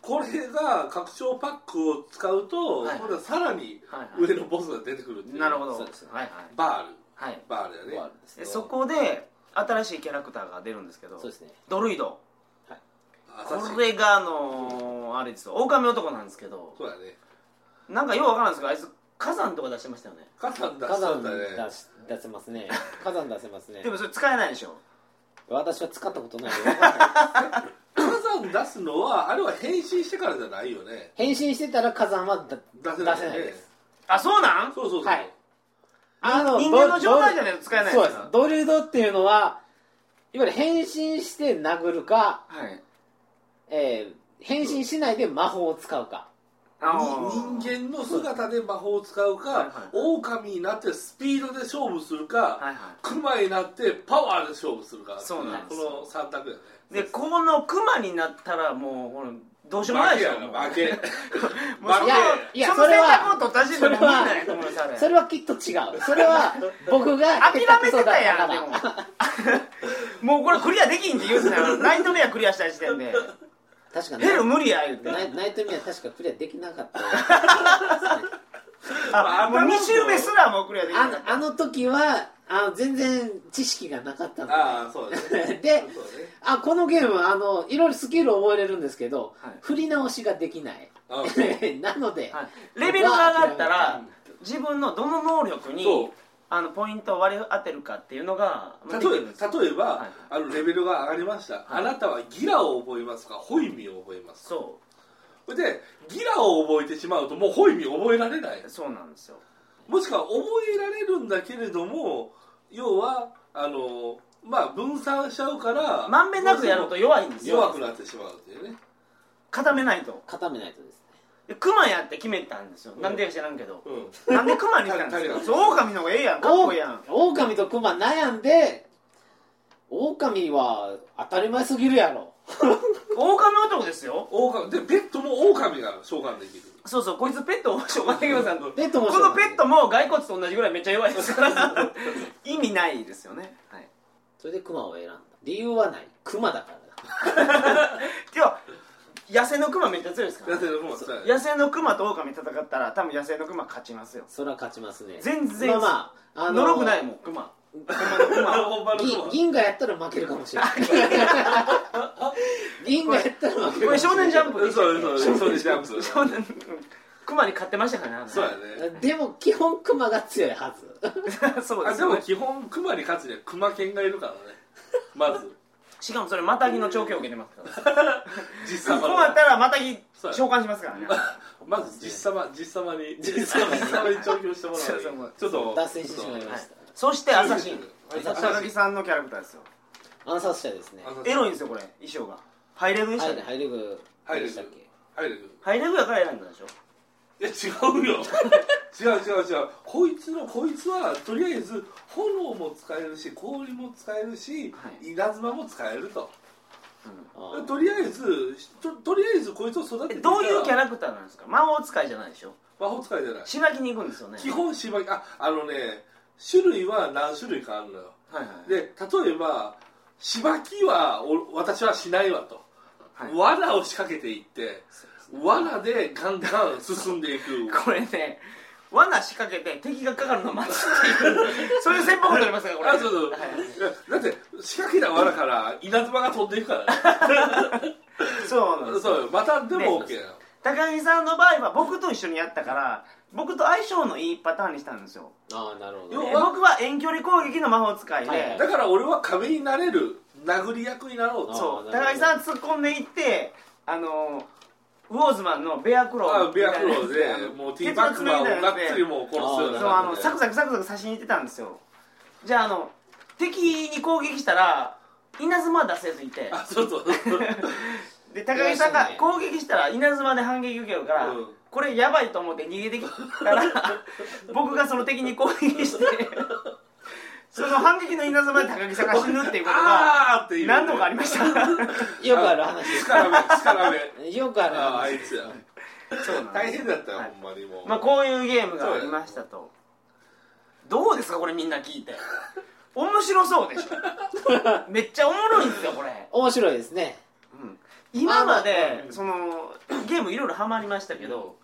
Speaker 2: これが拡張パックを使うと、
Speaker 1: はい
Speaker 2: 今度はさらに
Speaker 1: はいはい
Speaker 2: 上のボスが出てくるっていう
Speaker 1: なるほど
Speaker 3: そうですね
Speaker 1: はいはい
Speaker 2: バール
Speaker 1: はい
Speaker 2: バールだよね
Speaker 3: こうあるんですけ
Speaker 1: で
Speaker 3: ど
Speaker 1: そこで新しいキャラクターが出るんですけど
Speaker 3: そうですね
Speaker 1: ドルイド
Speaker 2: アサシン
Speaker 1: これがあのーあれですよ狼男なんですけど
Speaker 2: そうだね
Speaker 1: なんかようわからんですけどあいつ火山とか出してましたよね
Speaker 2: 火山出
Speaker 3: 火
Speaker 2: しちゃ
Speaker 3: 山
Speaker 2: ったね
Speaker 3: 出し出せますね火山出せますね
Speaker 1: でもそれ使えないでしょ
Speaker 3: 私は使ったことないので分かんない
Speaker 2: 火山出すのはあれは変身してからじゃないよね
Speaker 3: 変身してたら火山はだ
Speaker 2: 出せ
Speaker 3: 出せ
Speaker 2: な,、
Speaker 3: な
Speaker 2: ね、
Speaker 3: いいです
Speaker 1: あそうなん
Speaker 2: そうそうそう、
Speaker 3: はい
Speaker 1: あ
Speaker 3: の
Speaker 1: 人間の
Speaker 3: ド
Speaker 1: 状態じゃないと使えないん
Speaker 3: そう
Speaker 1: です
Speaker 3: です
Speaker 1: か
Speaker 3: ドリルドっていうのはいわゆる変身して殴るか、
Speaker 1: はい
Speaker 3: えー変身しないで魔法を使うか
Speaker 1: あの
Speaker 2: に人間の姿で魔法を使うか、
Speaker 1: はいはい
Speaker 2: 狼になってスピードで勝負するか、
Speaker 1: はいは
Speaker 2: 熊になってパワーで勝負するか
Speaker 1: そうなんです
Speaker 2: この3択だよね
Speaker 1: いでこのクマになったらもうこのどうしようもないでしょ もう
Speaker 2: 負けやな負け
Speaker 1: もうそ
Speaker 2: 負
Speaker 1: の
Speaker 2: け
Speaker 3: いやいや
Speaker 1: その
Speaker 3: それ
Speaker 1: 選
Speaker 3: は
Speaker 1: 択を取った時点でもう見えないと思いますあれ
Speaker 3: それはきっと違うそ れは僕が
Speaker 1: 諦めてたやん
Speaker 3: 下手く
Speaker 1: で
Speaker 3: そだったから
Speaker 1: ももうこれクリアできんって言うてたからナイトメアクリアした時点で
Speaker 3: 確かに
Speaker 1: ヘル無理や言うて
Speaker 3: ナイナイトミア確かクリアできなかった
Speaker 1: あもう2周目すらもうクリアでき
Speaker 3: あ
Speaker 1: なかっ
Speaker 3: のあの時はあの全然知識がなかったので
Speaker 2: ああそうだね
Speaker 3: で
Speaker 2: そうだね
Speaker 3: あこのゲームはあのいろいろスキルを覚えれるんですけど、
Speaker 1: はい
Speaker 3: 振り直しがで きない
Speaker 2: あ
Speaker 3: なので、
Speaker 1: た、はい、レベルが上がった
Speaker 2: う
Speaker 1: ら
Speaker 2: ん
Speaker 1: 自分のどの能力に
Speaker 2: そう
Speaker 1: あのポイントを割り当てるかっていうのがまあ
Speaker 2: 例
Speaker 1: できるんですよ
Speaker 2: え例えば、
Speaker 1: はい
Speaker 2: あのレベルが上がりました、あなたはギラを覚えますかホイミを覚えますか
Speaker 1: そ
Speaker 2: それでギラを覚えてしまうともうホイミ覚えられないう
Speaker 1: そうなんですよ
Speaker 2: もしくは覚えられるんだけれども要はあのまあ分散しちゃうから
Speaker 1: まんべんなくやると弱いんですよ
Speaker 2: 弱くなってしまうっていうね
Speaker 1: 固めないと
Speaker 3: 固めないとですね
Speaker 1: で熊やって決めたんですよ、なんでか知らんけど
Speaker 2: う、ん
Speaker 1: なんで熊にしたんです
Speaker 2: 足りな
Speaker 1: か
Speaker 2: い
Speaker 1: そう狼の方がええやんかっこいいやん
Speaker 3: オオカミとクマ悩んでオオカミは当たり前すぎるやろ
Speaker 1: 狼男ですよ
Speaker 2: 狼でペットも狼が召喚できる
Speaker 1: そうそうこいつペット面白がってくださんこ
Speaker 3: ペットもそうな
Speaker 1: の
Speaker 3: ん
Speaker 1: ペ
Speaker 3: で
Speaker 1: ットも骸骨と同じぐらいめっちゃ弱いですから 意味ないですよね、はい、
Speaker 3: それでクマを選んだ理由はないクマだからだ
Speaker 1: では野生の熊めっちゃ強いですから
Speaker 2: だってもうそうやね
Speaker 1: 野生の熊と狼戦ったら多分野生の熊勝ちますよ
Speaker 3: それは勝ちますね
Speaker 1: 全然
Speaker 3: まあまあ、あ
Speaker 1: のろくない
Speaker 3: い
Speaker 1: もん 熊
Speaker 2: 本場の
Speaker 3: 銀
Speaker 2: 熊
Speaker 3: 銀河やったら負けるか もしれない銀河やったら負けるかもしれない
Speaker 1: これ少年ジャンプでしたっ
Speaker 2: そうそうそうジャンプ
Speaker 1: け少年熊に勝ってましたからねあの
Speaker 2: そうやね
Speaker 3: でも基本クマが強いは ず
Speaker 1: そうで
Speaker 2: あ
Speaker 1: す
Speaker 2: で
Speaker 1: よ
Speaker 2: も
Speaker 1: ね
Speaker 2: 基本熊に勝つには熊犬がいるからねまず
Speaker 1: しかもそれマタギの調教を受けてますから
Speaker 2: 実
Speaker 1: そ
Speaker 2: 際
Speaker 1: こまったらマタギ召喚しますからね
Speaker 2: まず実様実様に
Speaker 3: 実様に
Speaker 2: 実様に調教しても
Speaker 1: そうそうも
Speaker 2: らう
Speaker 1: う
Speaker 2: ちょっと
Speaker 3: 脱線してしまいま
Speaker 1: はい
Speaker 3: した、
Speaker 1: そしてアサシン
Speaker 2: アサシン
Speaker 1: 高木さんのキャラクターですよ
Speaker 3: 暗殺者ですね
Speaker 2: あの
Speaker 1: エロいんですよこれ衣装がハイレグでした
Speaker 3: ハイレ
Speaker 1: ね
Speaker 3: ハイレグ
Speaker 2: ハイレグ
Speaker 3: でしたっけ
Speaker 2: 入れる
Speaker 1: ハイレグやから選んだでしょ
Speaker 2: いや違うよ 違う違う違うこいつのこいつはとりあえず炎も使えるし氷も使えるし、
Speaker 1: はい
Speaker 2: 稲妻も使えると
Speaker 3: あー
Speaker 2: とりあえずととりあえずこいつを育て
Speaker 1: え
Speaker 2: て
Speaker 1: どういうキャ
Speaker 2: ラ
Speaker 1: ラクターなんですか魔法使いじゃないでしょ
Speaker 2: 魔法使いじゃない
Speaker 1: しばきに行くんですよね
Speaker 2: 基本しばきああのね種類は何種類かあるのよ
Speaker 1: はいはい
Speaker 2: で例えばしばきはお私はしないわと、
Speaker 1: はい
Speaker 2: 罠を仕掛けていって罠でガンガン進んでいく
Speaker 1: これね罠仕掛けて敵がかかるのを待つっていう そういう戦法が取りますからこれ
Speaker 2: あそうそう、だって仕掛けた罠から稲妻が飛んでいくからね
Speaker 1: そうなんですよ
Speaker 2: そうよまたでも
Speaker 1: ね
Speaker 2: OK だよ
Speaker 1: 高木さんの場合は僕と一緒にやったから僕と相性のいいパターンにしたんですよ
Speaker 3: ああなるほ
Speaker 1: で
Speaker 3: ど
Speaker 2: 要
Speaker 3: ね
Speaker 2: は
Speaker 1: 僕は遠距離攻撃の魔法使いで、
Speaker 3: はいはい
Speaker 2: だから俺は壁になれる殴り役になろうと
Speaker 1: そう
Speaker 3: あーなるほど
Speaker 1: 高木さん突っ込んでいってあのウォーズマンのベアクロ
Speaker 2: あ
Speaker 1: ー
Speaker 2: ベアクロー
Speaker 1: みたいなや
Speaker 2: で
Speaker 1: つ
Speaker 2: もうティーバックマンをがっつりもう殺すような
Speaker 1: そうあの
Speaker 2: 感じで
Speaker 1: サクサクサクサク刺しに行ってたんですよじゃああの敵に攻撃したら稲妻出せずいて
Speaker 2: あそうそうそう
Speaker 1: で高木さんが
Speaker 3: いやそう
Speaker 1: 攻撃したら稲妻で反撃受けるから、
Speaker 2: うん
Speaker 1: これやばいと思って逃げてきたら僕がその敵に攻撃してその反撃の稲妻で高木さんが死ぬっていうことが
Speaker 2: あーっていう
Speaker 1: 何度かありました
Speaker 3: よくある話です
Speaker 2: 力目力目
Speaker 3: よくある
Speaker 2: あああ
Speaker 3: 話
Speaker 2: いつや
Speaker 1: そうなん
Speaker 2: 大
Speaker 1: です
Speaker 2: 変だったよ、
Speaker 1: はい
Speaker 2: ほんまにもう、
Speaker 1: まあこういうゲームがありましたとどうですかこれみんな聞いて面白そうでしょめっちゃおもろいんですよこれ、
Speaker 3: 面白いですね
Speaker 1: うん今ま
Speaker 3: まあ
Speaker 1: で
Speaker 3: まあ
Speaker 1: そのゲームいろいろハマりましたけど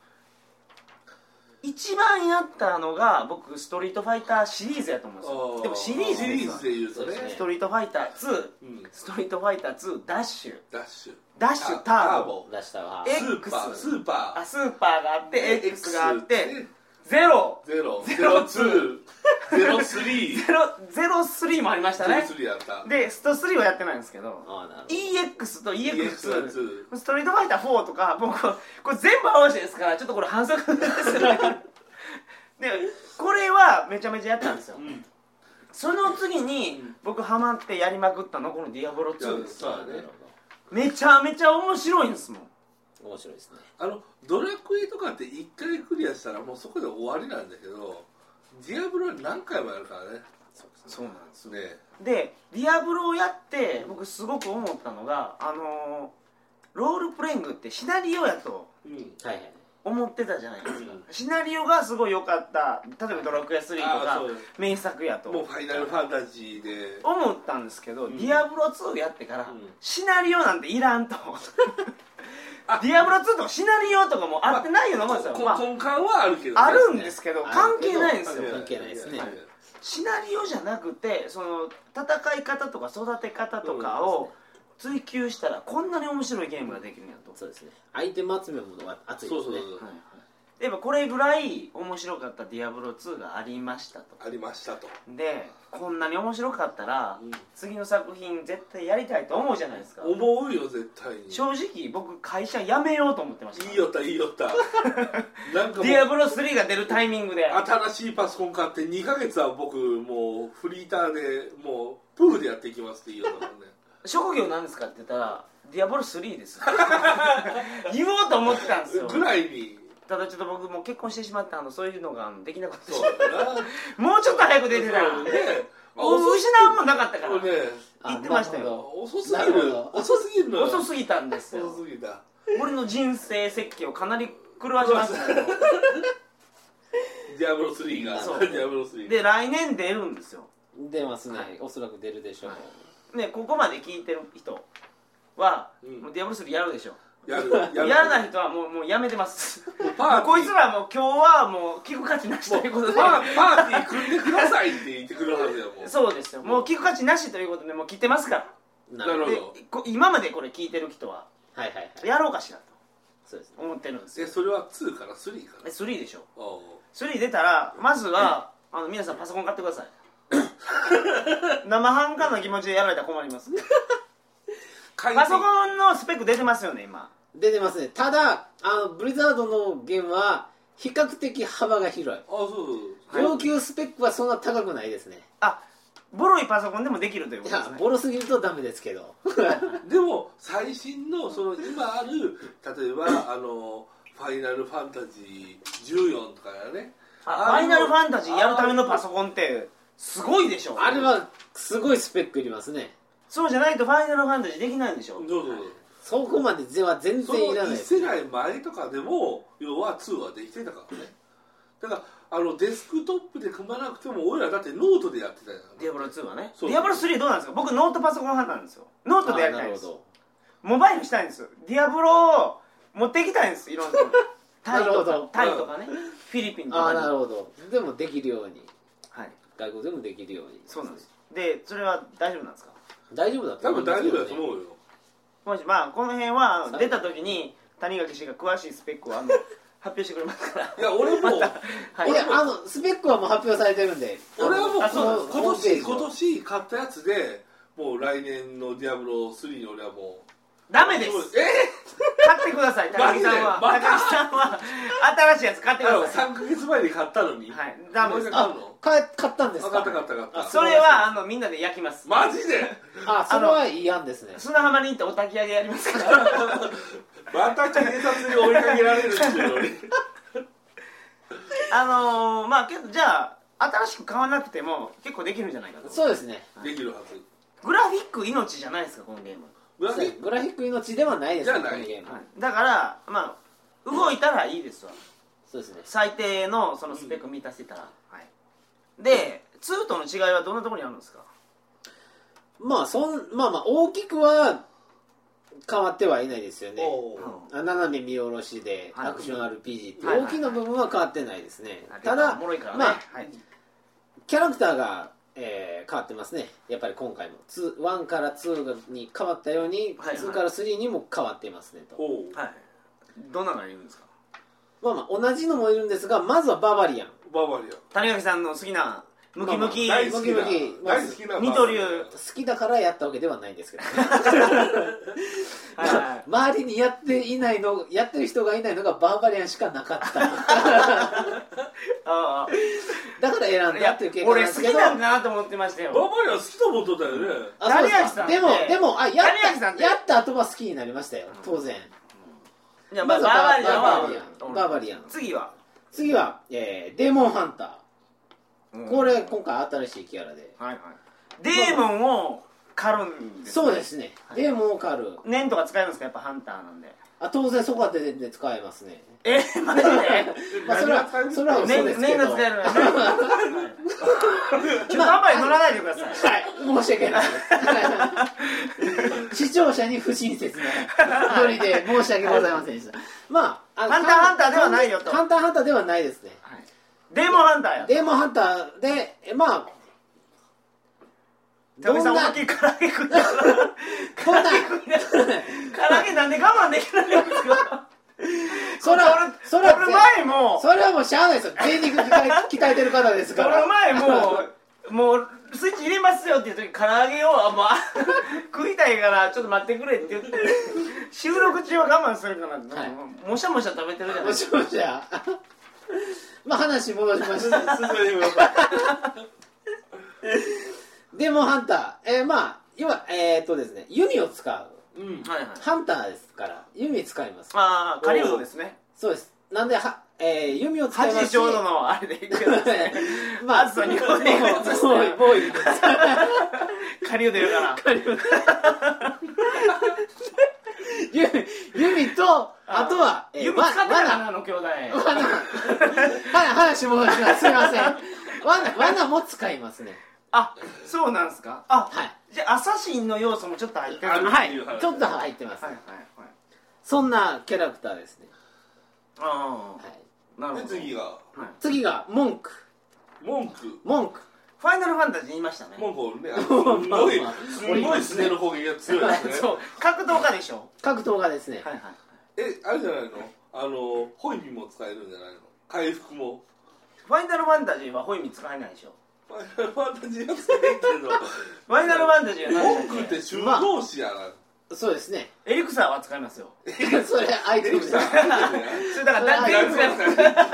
Speaker 1: 一番やったのが僕ストリートファイターシリーズやと思うんですよでもシリーズ
Speaker 2: シ
Speaker 1: で
Speaker 2: リ
Speaker 1: す
Speaker 2: ー
Speaker 1: わ
Speaker 2: ズで言うとね
Speaker 3: そうです
Speaker 1: ストリートファイター2
Speaker 2: うん、
Speaker 1: ストリートファイター2ダッシュ
Speaker 2: ダッシュ
Speaker 1: ダッシュターボ
Speaker 3: 出したわ
Speaker 2: タ
Speaker 1: え
Speaker 2: ーボスーパー
Speaker 1: X
Speaker 2: スーパ
Speaker 1: あスーパーがあっ
Speaker 2: ー
Speaker 1: て X があっ
Speaker 2: X
Speaker 1: てゼロ
Speaker 2: ゼロ
Speaker 1: ゼ
Speaker 2: ゼ
Speaker 1: ロ
Speaker 2: ロ
Speaker 1: ツ
Speaker 2: ツ
Speaker 1: ー
Speaker 2: ーゼロスリー
Speaker 1: ゼロゼロ3もありました
Speaker 2: ゼロ
Speaker 1: ね
Speaker 2: スリーやった
Speaker 1: でスト3はやってないんですけど
Speaker 3: ああなるほど
Speaker 1: EX と EX2
Speaker 2: EX2
Speaker 1: ストリートファイター4とか僕これ全部合わせてですからちょっとこれ反則ですよ ねでこれはめちゃめちゃやったんですよ、
Speaker 2: ん
Speaker 1: その次に僕ハマってやりまくったのこの「ディアボロ2」です
Speaker 2: そうだね
Speaker 3: なる
Speaker 1: めちゃめちゃ面白いんですもん
Speaker 3: ほど面白いですね
Speaker 2: あのドラクエとかって一回クリアしたらもうそこで終わりなんだけどディアブロは何回もやるからね
Speaker 1: そうなんです
Speaker 2: ね
Speaker 1: で「ディアブロ」をやって僕すごく思ったのがあのーロールプレイングってシナリオやと
Speaker 2: うん
Speaker 3: はいはい
Speaker 1: 思ってたじゃないですか
Speaker 2: うん
Speaker 1: シナリオがすごい良かった例えば「ドラクエ3」と
Speaker 2: あ
Speaker 1: か
Speaker 2: そう
Speaker 1: 名作やと
Speaker 2: もうファイナルファンタジーで
Speaker 1: 思ったんですけど「
Speaker 2: ん
Speaker 1: ディアブロ2」やってから、
Speaker 2: うん
Speaker 1: シナリオなんていらんと
Speaker 2: あ
Speaker 1: ディアブロ2とかシナリオとかもう合ってないようなもんですよ、
Speaker 2: こ
Speaker 1: ま
Speaker 2: 根幹はあるけどね
Speaker 1: あ、あるんですけど
Speaker 3: ある
Speaker 1: 関係ないんです
Speaker 3: けど
Speaker 1: よ
Speaker 3: 関係ないですね
Speaker 1: シナリオじゃなくてその戦い方とか育て方とかを追求したらこんなに面白いゲームができるんやと、
Speaker 3: そうですね相手集めものが熱い
Speaker 2: そ
Speaker 3: で
Speaker 2: う
Speaker 3: す
Speaker 2: そう
Speaker 3: ね
Speaker 2: そう
Speaker 1: はいはいやっぱこれぐらい面白かった「ディアブロ2」がありましたと
Speaker 2: ありましたと
Speaker 1: でこんなに面白かったら、
Speaker 2: うん
Speaker 1: 次の作品絶対やりたいと思うじゃないですか
Speaker 2: 思うよ絶対に
Speaker 1: 正直僕会社辞めようと思ってました
Speaker 2: いいよったいいよ ったなん
Speaker 1: デ
Speaker 2: かも
Speaker 1: ィア
Speaker 2: う
Speaker 1: ブロ3が出るタイミングで
Speaker 2: 新しいパソコン買って2ヶ月は僕もうフリーターでもうプーでやっていきますって言いよったもんね
Speaker 1: 職業なんですかって言ったらディアブロ3です 言おうと思ってたんですよ
Speaker 2: ぐらいに
Speaker 1: ただちょっと僕もう結婚してしまったのそういうのがあのできなかったし
Speaker 2: そうだな
Speaker 1: もうちょっと早く出てたら
Speaker 2: そうね
Speaker 1: もう失うもんなかったから
Speaker 2: もうね
Speaker 3: あ
Speaker 1: 言ってましたよ
Speaker 3: なるほ
Speaker 2: 遅すぎ
Speaker 3: なるほ
Speaker 2: る
Speaker 3: ど
Speaker 2: 遅すぎるのよ
Speaker 1: 遅すぎたんですよ
Speaker 2: 遅すぎた
Speaker 1: 俺の人生設計をかなり狂わしましたけど
Speaker 2: ディアブロ3が
Speaker 1: そう
Speaker 2: ディアブロ3
Speaker 1: で来年出るんですよ
Speaker 3: ど出ますね、
Speaker 1: はい
Speaker 3: おそらく出るでしょう、
Speaker 1: ねここまで聞いてる人は、
Speaker 2: うん
Speaker 1: もうディアブロ3やるでしょ
Speaker 2: やる
Speaker 1: やらない人はもうもうやめてます
Speaker 2: もうパ
Speaker 1: もう
Speaker 2: ーティー
Speaker 1: こいつらもう今日はもう聞く価値なし
Speaker 2: も
Speaker 1: とい
Speaker 2: うパ
Speaker 1: うこと
Speaker 2: ー
Speaker 1: で
Speaker 2: パーティー組んでくださいって言ってくるはずよもう
Speaker 1: そうですよもう聞く価値なしということでもう聞いてますか
Speaker 3: な
Speaker 2: な
Speaker 1: ら
Speaker 2: るほ
Speaker 1: で
Speaker 2: ど
Speaker 1: こ今までこれ聞いてる人は
Speaker 3: はいはいはい
Speaker 1: やろうかしら
Speaker 3: そうですね
Speaker 1: と思ってるんです
Speaker 2: え
Speaker 1: よ
Speaker 2: それは2から3か
Speaker 1: え
Speaker 2: ら
Speaker 1: 3でしょ
Speaker 2: おう
Speaker 1: 3出たらまずはあの皆さんパソコン買ってください 生半可な気持ちでやられたら困ります
Speaker 2: 買い
Speaker 1: パソコンのスペック出てますよね今
Speaker 3: 出てますねただあのブリザードのゲームは比較的幅が広い
Speaker 2: あそうそうそう
Speaker 3: 要求スペックはそんな高くないですね、
Speaker 1: あボロいパソコンでもできるという
Speaker 3: い、
Speaker 1: ことです
Speaker 3: や
Speaker 1: ね
Speaker 3: ボロすぎるとダメですけ ど
Speaker 2: でも最新のその今ある例えばあの「ファイナルファンタジー14」とかやね
Speaker 1: あファイナルファンタジーやるためのパソコンってすごいでしょ
Speaker 3: あれはすごいスペックいりますね
Speaker 1: そうじゃないとファイナルファンタジーできないんでしょ
Speaker 2: どうぞどうぞ
Speaker 3: そこまででは全
Speaker 2: そ
Speaker 3: 然いら
Speaker 2: の
Speaker 3: ない
Speaker 2: 1
Speaker 3: です
Speaker 2: 世代前とかでも要は2はできてたからねだからあのデスクトップで組まなくても俺らだってノートでやってたよ
Speaker 1: ディアブロ2はねデ
Speaker 2: そう
Speaker 1: ィアブロ3どうなんですか僕ノートパソコン派なんですよノートでや
Speaker 3: あ
Speaker 1: りた
Speaker 3: ない
Speaker 1: ん
Speaker 3: る
Speaker 1: で
Speaker 3: ほ
Speaker 1: す
Speaker 3: ど
Speaker 1: モバイルしたいんですディアブロを持っていきたいんですいろんなとこ タイ
Speaker 3: なる
Speaker 1: と
Speaker 3: ほ
Speaker 1: か
Speaker 3: ど
Speaker 1: タイとかねフィリピンと
Speaker 3: あ
Speaker 1: か
Speaker 3: あ
Speaker 1: に
Speaker 3: なるほどでもできるように
Speaker 1: はい
Speaker 3: 外国でもできるように
Speaker 1: そうなんですでそれは大丈夫なんですか
Speaker 3: 大丈夫だと
Speaker 2: 多
Speaker 3: 思
Speaker 2: 分
Speaker 3: います
Speaker 2: 大
Speaker 3: け
Speaker 2: 丈夫
Speaker 3: どね
Speaker 2: だと思うよ
Speaker 1: もしまあこの辺は
Speaker 3: はい
Speaker 1: 出た時に谷垣氏が詳しいスペックをあ の発表してくれます から
Speaker 2: いや俺も
Speaker 1: はい
Speaker 3: い
Speaker 1: い
Speaker 3: やあのスペックはもう発表されてるんで
Speaker 2: 俺はもう
Speaker 1: あそうなん
Speaker 2: こ
Speaker 1: です
Speaker 2: 今年今
Speaker 3: 年
Speaker 2: 年買ったやつでもう来年の「ディアブロ3」に俺はもう
Speaker 1: ダメです
Speaker 2: え
Speaker 1: 買ってください高木さんは
Speaker 2: マ
Speaker 1: 高
Speaker 2: ジで
Speaker 1: 木さんは新しいやつ買ってく
Speaker 2: あの
Speaker 1: ださい
Speaker 2: 3か月前に買ったのに、
Speaker 1: はいダメです
Speaker 2: もう一回買
Speaker 3: あ
Speaker 2: うの
Speaker 3: 買え買ったんです
Speaker 2: 分
Speaker 3: か
Speaker 2: かった買った買った
Speaker 3: あ
Speaker 1: それはあのみんなで焼きます
Speaker 2: マジで
Speaker 3: あそれは嫌んですね
Speaker 1: 砂浜に行ってお焚き上げやりますから
Speaker 2: また警察に追いかけられるっていうのに
Speaker 1: あのーまあけどじゃあ新しく買わなくても結構できるんじゃないかと
Speaker 3: そうですね
Speaker 2: できるはず
Speaker 1: グラフィック命じゃないですかこのゲーム、
Speaker 2: グラフィック
Speaker 3: グラフィック命ではないですね
Speaker 2: じゃ
Speaker 3: こ
Speaker 2: ない
Speaker 3: のゲーム、
Speaker 1: はい、だからまあ動いたらいいですわ
Speaker 3: そうですね
Speaker 1: 最低のそのスペック満たしてたら、はい、で2との違いはどんなところにあるんですか
Speaker 3: まあそんまあまあ大きくは変わってはいないですよね
Speaker 2: おー
Speaker 1: う
Speaker 3: あ斜め見下ろしで
Speaker 1: はい
Speaker 3: アクション RPG って
Speaker 1: はい
Speaker 3: 大きな部分は変わってないですね、
Speaker 1: ん
Speaker 3: た
Speaker 1: お
Speaker 3: だ
Speaker 1: もろいからね、
Speaker 3: まあ
Speaker 1: はい、
Speaker 3: キャラクターが、えー変わってますねやっぱり今回もツー1から2に変わったように、
Speaker 1: はいはい
Speaker 3: 2から3にも変わってますねと
Speaker 2: おう
Speaker 1: はい、どんなのがいるんですか
Speaker 3: まあまあ同じのもいるんですがまずはババリアン
Speaker 2: ババリア
Speaker 1: 谷垣さんの好きなムキムキ、
Speaker 2: 大好きな
Speaker 3: ムキムキ
Speaker 2: 大好きな
Speaker 1: 二刀流
Speaker 3: 好きだからやったわけではないんですけど、ね、
Speaker 1: はいはい
Speaker 3: 周りにやっていないのやってる人がいないのがバーバリアンしかなかった
Speaker 1: あ
Speaker 3: だから選
Speaker 1: あ
Speaker 3: ん
Speaker 1: い
Speaker 3: だ
Speaker 1: や
Speaker 3: っていう結果
Speaker 1: 俺
Speaker 3: なん
Speaker 1: 好
Speaker 3: で
Speaker 1: き
Speaker 3: すけど
Speaker 1: なんだなと思ってました
Speaker 2: バ
Speaker 1: よ
Speaker 2: バリアン好きと思っとったよね
Speaker 3: あそうで
Speaker 1: 谷垣
Speaker 3: すか
Speaker 1: さんって
Speaker 3: でもでもあやっ
Speaker 1: 谷垣さんったて
Speaker 3: やった後は好きになりましたよ当然
Speaker 1: じゃあ
Speaker 3: ま
Speaker 1: ま
Speaker 3: ず
Speaker 1: ず
Speaker 3: は
Speaker 1: バーバリアン
Speaker 3: バ
Speaker 1: は
Speaker 3: ーバリアンバーバリアン
Speaker 1: 次は、
Speaker 3: 次は、えーデーモンハンターこれ今回新しいキャラで
Speaker 1: はいはいデーモンを狩るんです、
Speaker 3: そうですね
Speaker 1: はい
Speaker 3: デーモンを狩る
Speaker 1: 年とか使えるんですかやっぱハンターなんで
Speaker 3: あ当然そこは全然使えますね
Speaker 1: えマジ で
Speaker 3: まあそれは
Speaker 2: 何が
Speaker 3: それは嘘ですけ
Speaker 1: 年年
Speaker 3: ど
Speaker 1: が 使えるのよちょっと
Speaker 3: まあ
Speaker 1: あんまり乗らないでください
Speaker 3: はい、申し訳ないで す視聴者に不親切なノリで申し訳ございませんでしたまああの
Speaker 1: ハンターハンターではないよと
Speaker 3: ハンターハンターではないですね
Speaker 1: デーモンハンターや
Speaker 3: デーモンハンターでえまあ
Speaker 1: 高
Speaker 3: ど
Speaker 1: 木
Speaker 3: ん
Speaker 1: さ
Speaker 3: な
Speaker 1: 大
Speaker 3: ん
Speaker 1: きい唐揚げ食ったから
Speaker 3: どんな
Speaker 1: 唐揚げなんで我慢できないんですか
Speaker 3: そ れはそ
Speaker 1: 取
Speaker 3: れは
Speaker 1: る前も
Speaker 3: それはもうしゃあないですよ全肉鍛え鍛えてる方ですか
Speaker 1: 取
Speaker 3: ら
Speaker 1: る前ももうスイッチ入れますよっていう時唐揚げをあもうあ食いたいからちょっと待ってくれって言って収録中は我慢するから、
Speaker 3: はい
Speaker 1: もしゃもしゃ食べてるじゃない
Speaker 3: も
Speaker 1: です
Speaker 3: し
Speaker 1: か
Speaker 3: もしやまあ話戻しました
Speaker 2: 進んでみましょう
Speaker 3: デーモンハンターえーまあ要はえーっとですね弓を使
Speaker 2: う
Speaker 3: う
Speaker 2: ん
Speaker 1: はいはい
Speaker 3: ハンターですから弓使います
Speaker 1: まあカリウムですね
Speaker 3: そうですなんでは、えー弓を使います
Speaker 1: 八
Speaker 3: し
Speaker 1: ちょうどのあれでいくんですね
Speaker 3: まあ
Speaker 1: あずさんにお願いします
Speaker 3: ボーイボーイ
Speaker 1: カリウム出るから
Speaker 3: 弓弓とあとは、えー
Speaker 1: 指
Speaker 3: わ
Speaker 1: 使ってたか
Speaker 3: 罠
Speaker 1: なあの兄弟
Speaker 3: 罠はい話戻しますすいません罠罠も使いますね
Speaker 1: あそうなんですかあ
Speaker 3: はい
Speaker 1: じゃあアサシンの要素もちょっと入ってる
Speaker 2: ある
Speaker 3: は
Speaker 2: って
Speaker 3: い
Speaker 2: いう話
Speaker 3: ちょっと入ってます、
Speaker 1: はいはいはい
Speaker 3: そんなキャラクターですね、
Speaker 1: あ
Speaker 3: はい、
Speaker 1: あなるほ
Speaker 2: で
Speaker 1: ど
Speaker 2: 次が
Speaker 1: はい
Speaker 3: 次が文句
Speaker 2: 文句
Speaker 3: 文句
Speaker 1: ファイナルファンタジー言いましたね
Speaker 2: 文句俺ねあのすんごい
Speaker 3: まあまあ
Speaker 2: すんごいスネの攻撃が強いです ね
Speaker 1: そう格闘家でしょ
Speaker 3: 格闘家ですね、
Speaker 1: はいはい
Speaker 2: えあれじゃないのあのホイミも使えるんじゃないの回復も
Speaker 1: ファイナルファンタジーはホイミ使えないでしょ
Speaker 2: ファイナルファンタジーは使え
Speaker 1: ファイナルファンタジーは
Speaker 2: んけど
Speaker 1: 何
Speaker 2: 文句
Speaker 1: でし
Speaker 2: った
Speaker 1: って
Speaker 2: 修道士やな、
Speaker 3: そうですね
Speaker 1: けエリクサーは使いますよ
Speaker 3: それアイテ
Speaker 2: エ
Speaker 3: ム
Speaker 2: リ
Speaker 3: で
Speaker 2: ク
Speaker 3: す
Speaker 2: さん
Speaker 1: それだからだ
Speaker 3: それ
Speaker 1: 全部使いま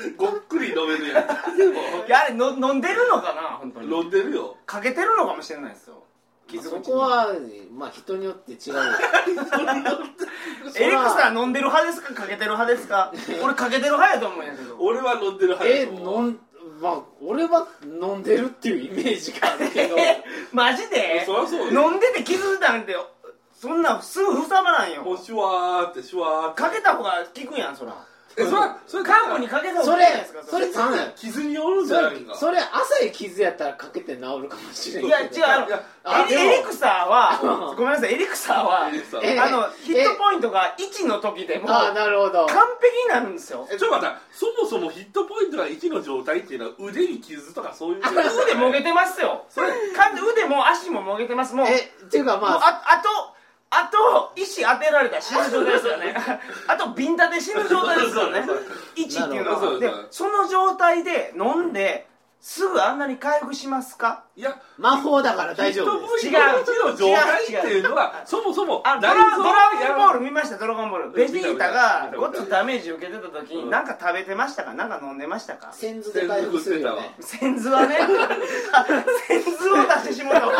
Speaker 1: す
Speaker 2: ごっくり飲めるやつでも
Speaker 1: いやあれの飲んでるのかな本当に
Speaker 2: 飲んでるよ
Speaker 1: かけてるのかもしれないですよ
Speaker 3: まあ
Speaker 1: 傷口
Speaker 3: そ
Speaker 1: に
Speaker 3: こは、まあ、 人によって違う
Speaker 1: エリクサー飲んでる派ですかかけてる派ですか俺かけてる派やと思うんやけど
Speaker 2: 俺は飲んでる派
Speaker 3: え
Speaker 2: やと思う
Speaker 3: 飲んまあ俺は飲んでるっていうイメージがあるけど
Speaker 1: マジで
Speaker 2: そりゃそうよ
Speaker 1: 飲んでて気づいたんてそんなんすぐ塞がらん
Speaker 2: もう
Speaker 1: よ
Speaker 2: シュワーってシュワーって
Speaker 1: かけた方が効くやんそら
Speaker 2: えそれはそれ
Speaker 1: カーブにかけた方
Speaker 3: そ
Speaker 1: がいいじゃ
Speaker 3: れ
Speaker 1: ないですか
Speaker 3: それ
Speaker 1: い
Speaker 3: 頼む
Speaker 2: 傷によるんじ
Speaker 3: そ
Speaker 2: ゃ
Speaker 3: れ
Speaker 2: ないんか
Speaker 3: それ浅い傷やったらかけて治るかもしれな
Speaker 1: や
Speaker 3: い
Speaker 1: 違う
Speaker 3: けど
Speaker 1: あの
Speaker 2: いや
Speaker 3: あ
Speaker 1: エリ
Speaker 3: でも
Speaker 1: エリクサーはごめんなさいエリクサーは
Speaker 2: エリクサー
Speaker 3: え
Speaker 1: あのヒットポイントが1の時でも
Speaker 3: ああ
Speaker 1: 完
Speaker 3: なるほど
Speaker 1: 璧になるんですよ
Speaker 2: えちょっと待ったそもそもヒットポイントが1の状態っていうのは腕に傷とかそういう
Speaker 1: 腕もげてますよ
Speaker 2: それ
Speaker 1: 完全腕も足ももげてますもう
Speaker 3: えっていうか
Speaker 1: もう
Speaker 3: まあ
Speaker 1: ああとあと石当てられたら死ぬ状態ですよねあとビンタで死ぬ状態ですよね
Speaker 2: そうそうそ
Speaker 1: 1
Speaker 2: う
Speaker 1: っていう
Speaker 3: なる
Speaker 2: ほ
Speaker 1: のは
Speaker 2: ど
Speaker 1: でその状態で飲んですぐあんなに回復しますか
Speaker 2: いや
Speaker 3: 魔法だから大丈夫です
Speaker 2: 一の状態っていうのはそもそも
Speaker 1: あのドラドラゴンボール見ましたドラゴンボールベ
Speaker 2: 見た
Speaker 1: ジータが
Speaker 2: 見た
Speaker 1: ごっつダメージ受けてた時
Speaker 2: う
Speaker 1: に
Speaker 2: ん
Speaker 1: 何か食べてましたか何か飲んでましたか
Speaker 3: 先頭で回復するよね
Speaker 1: センズはねあセンズを出してしまった俺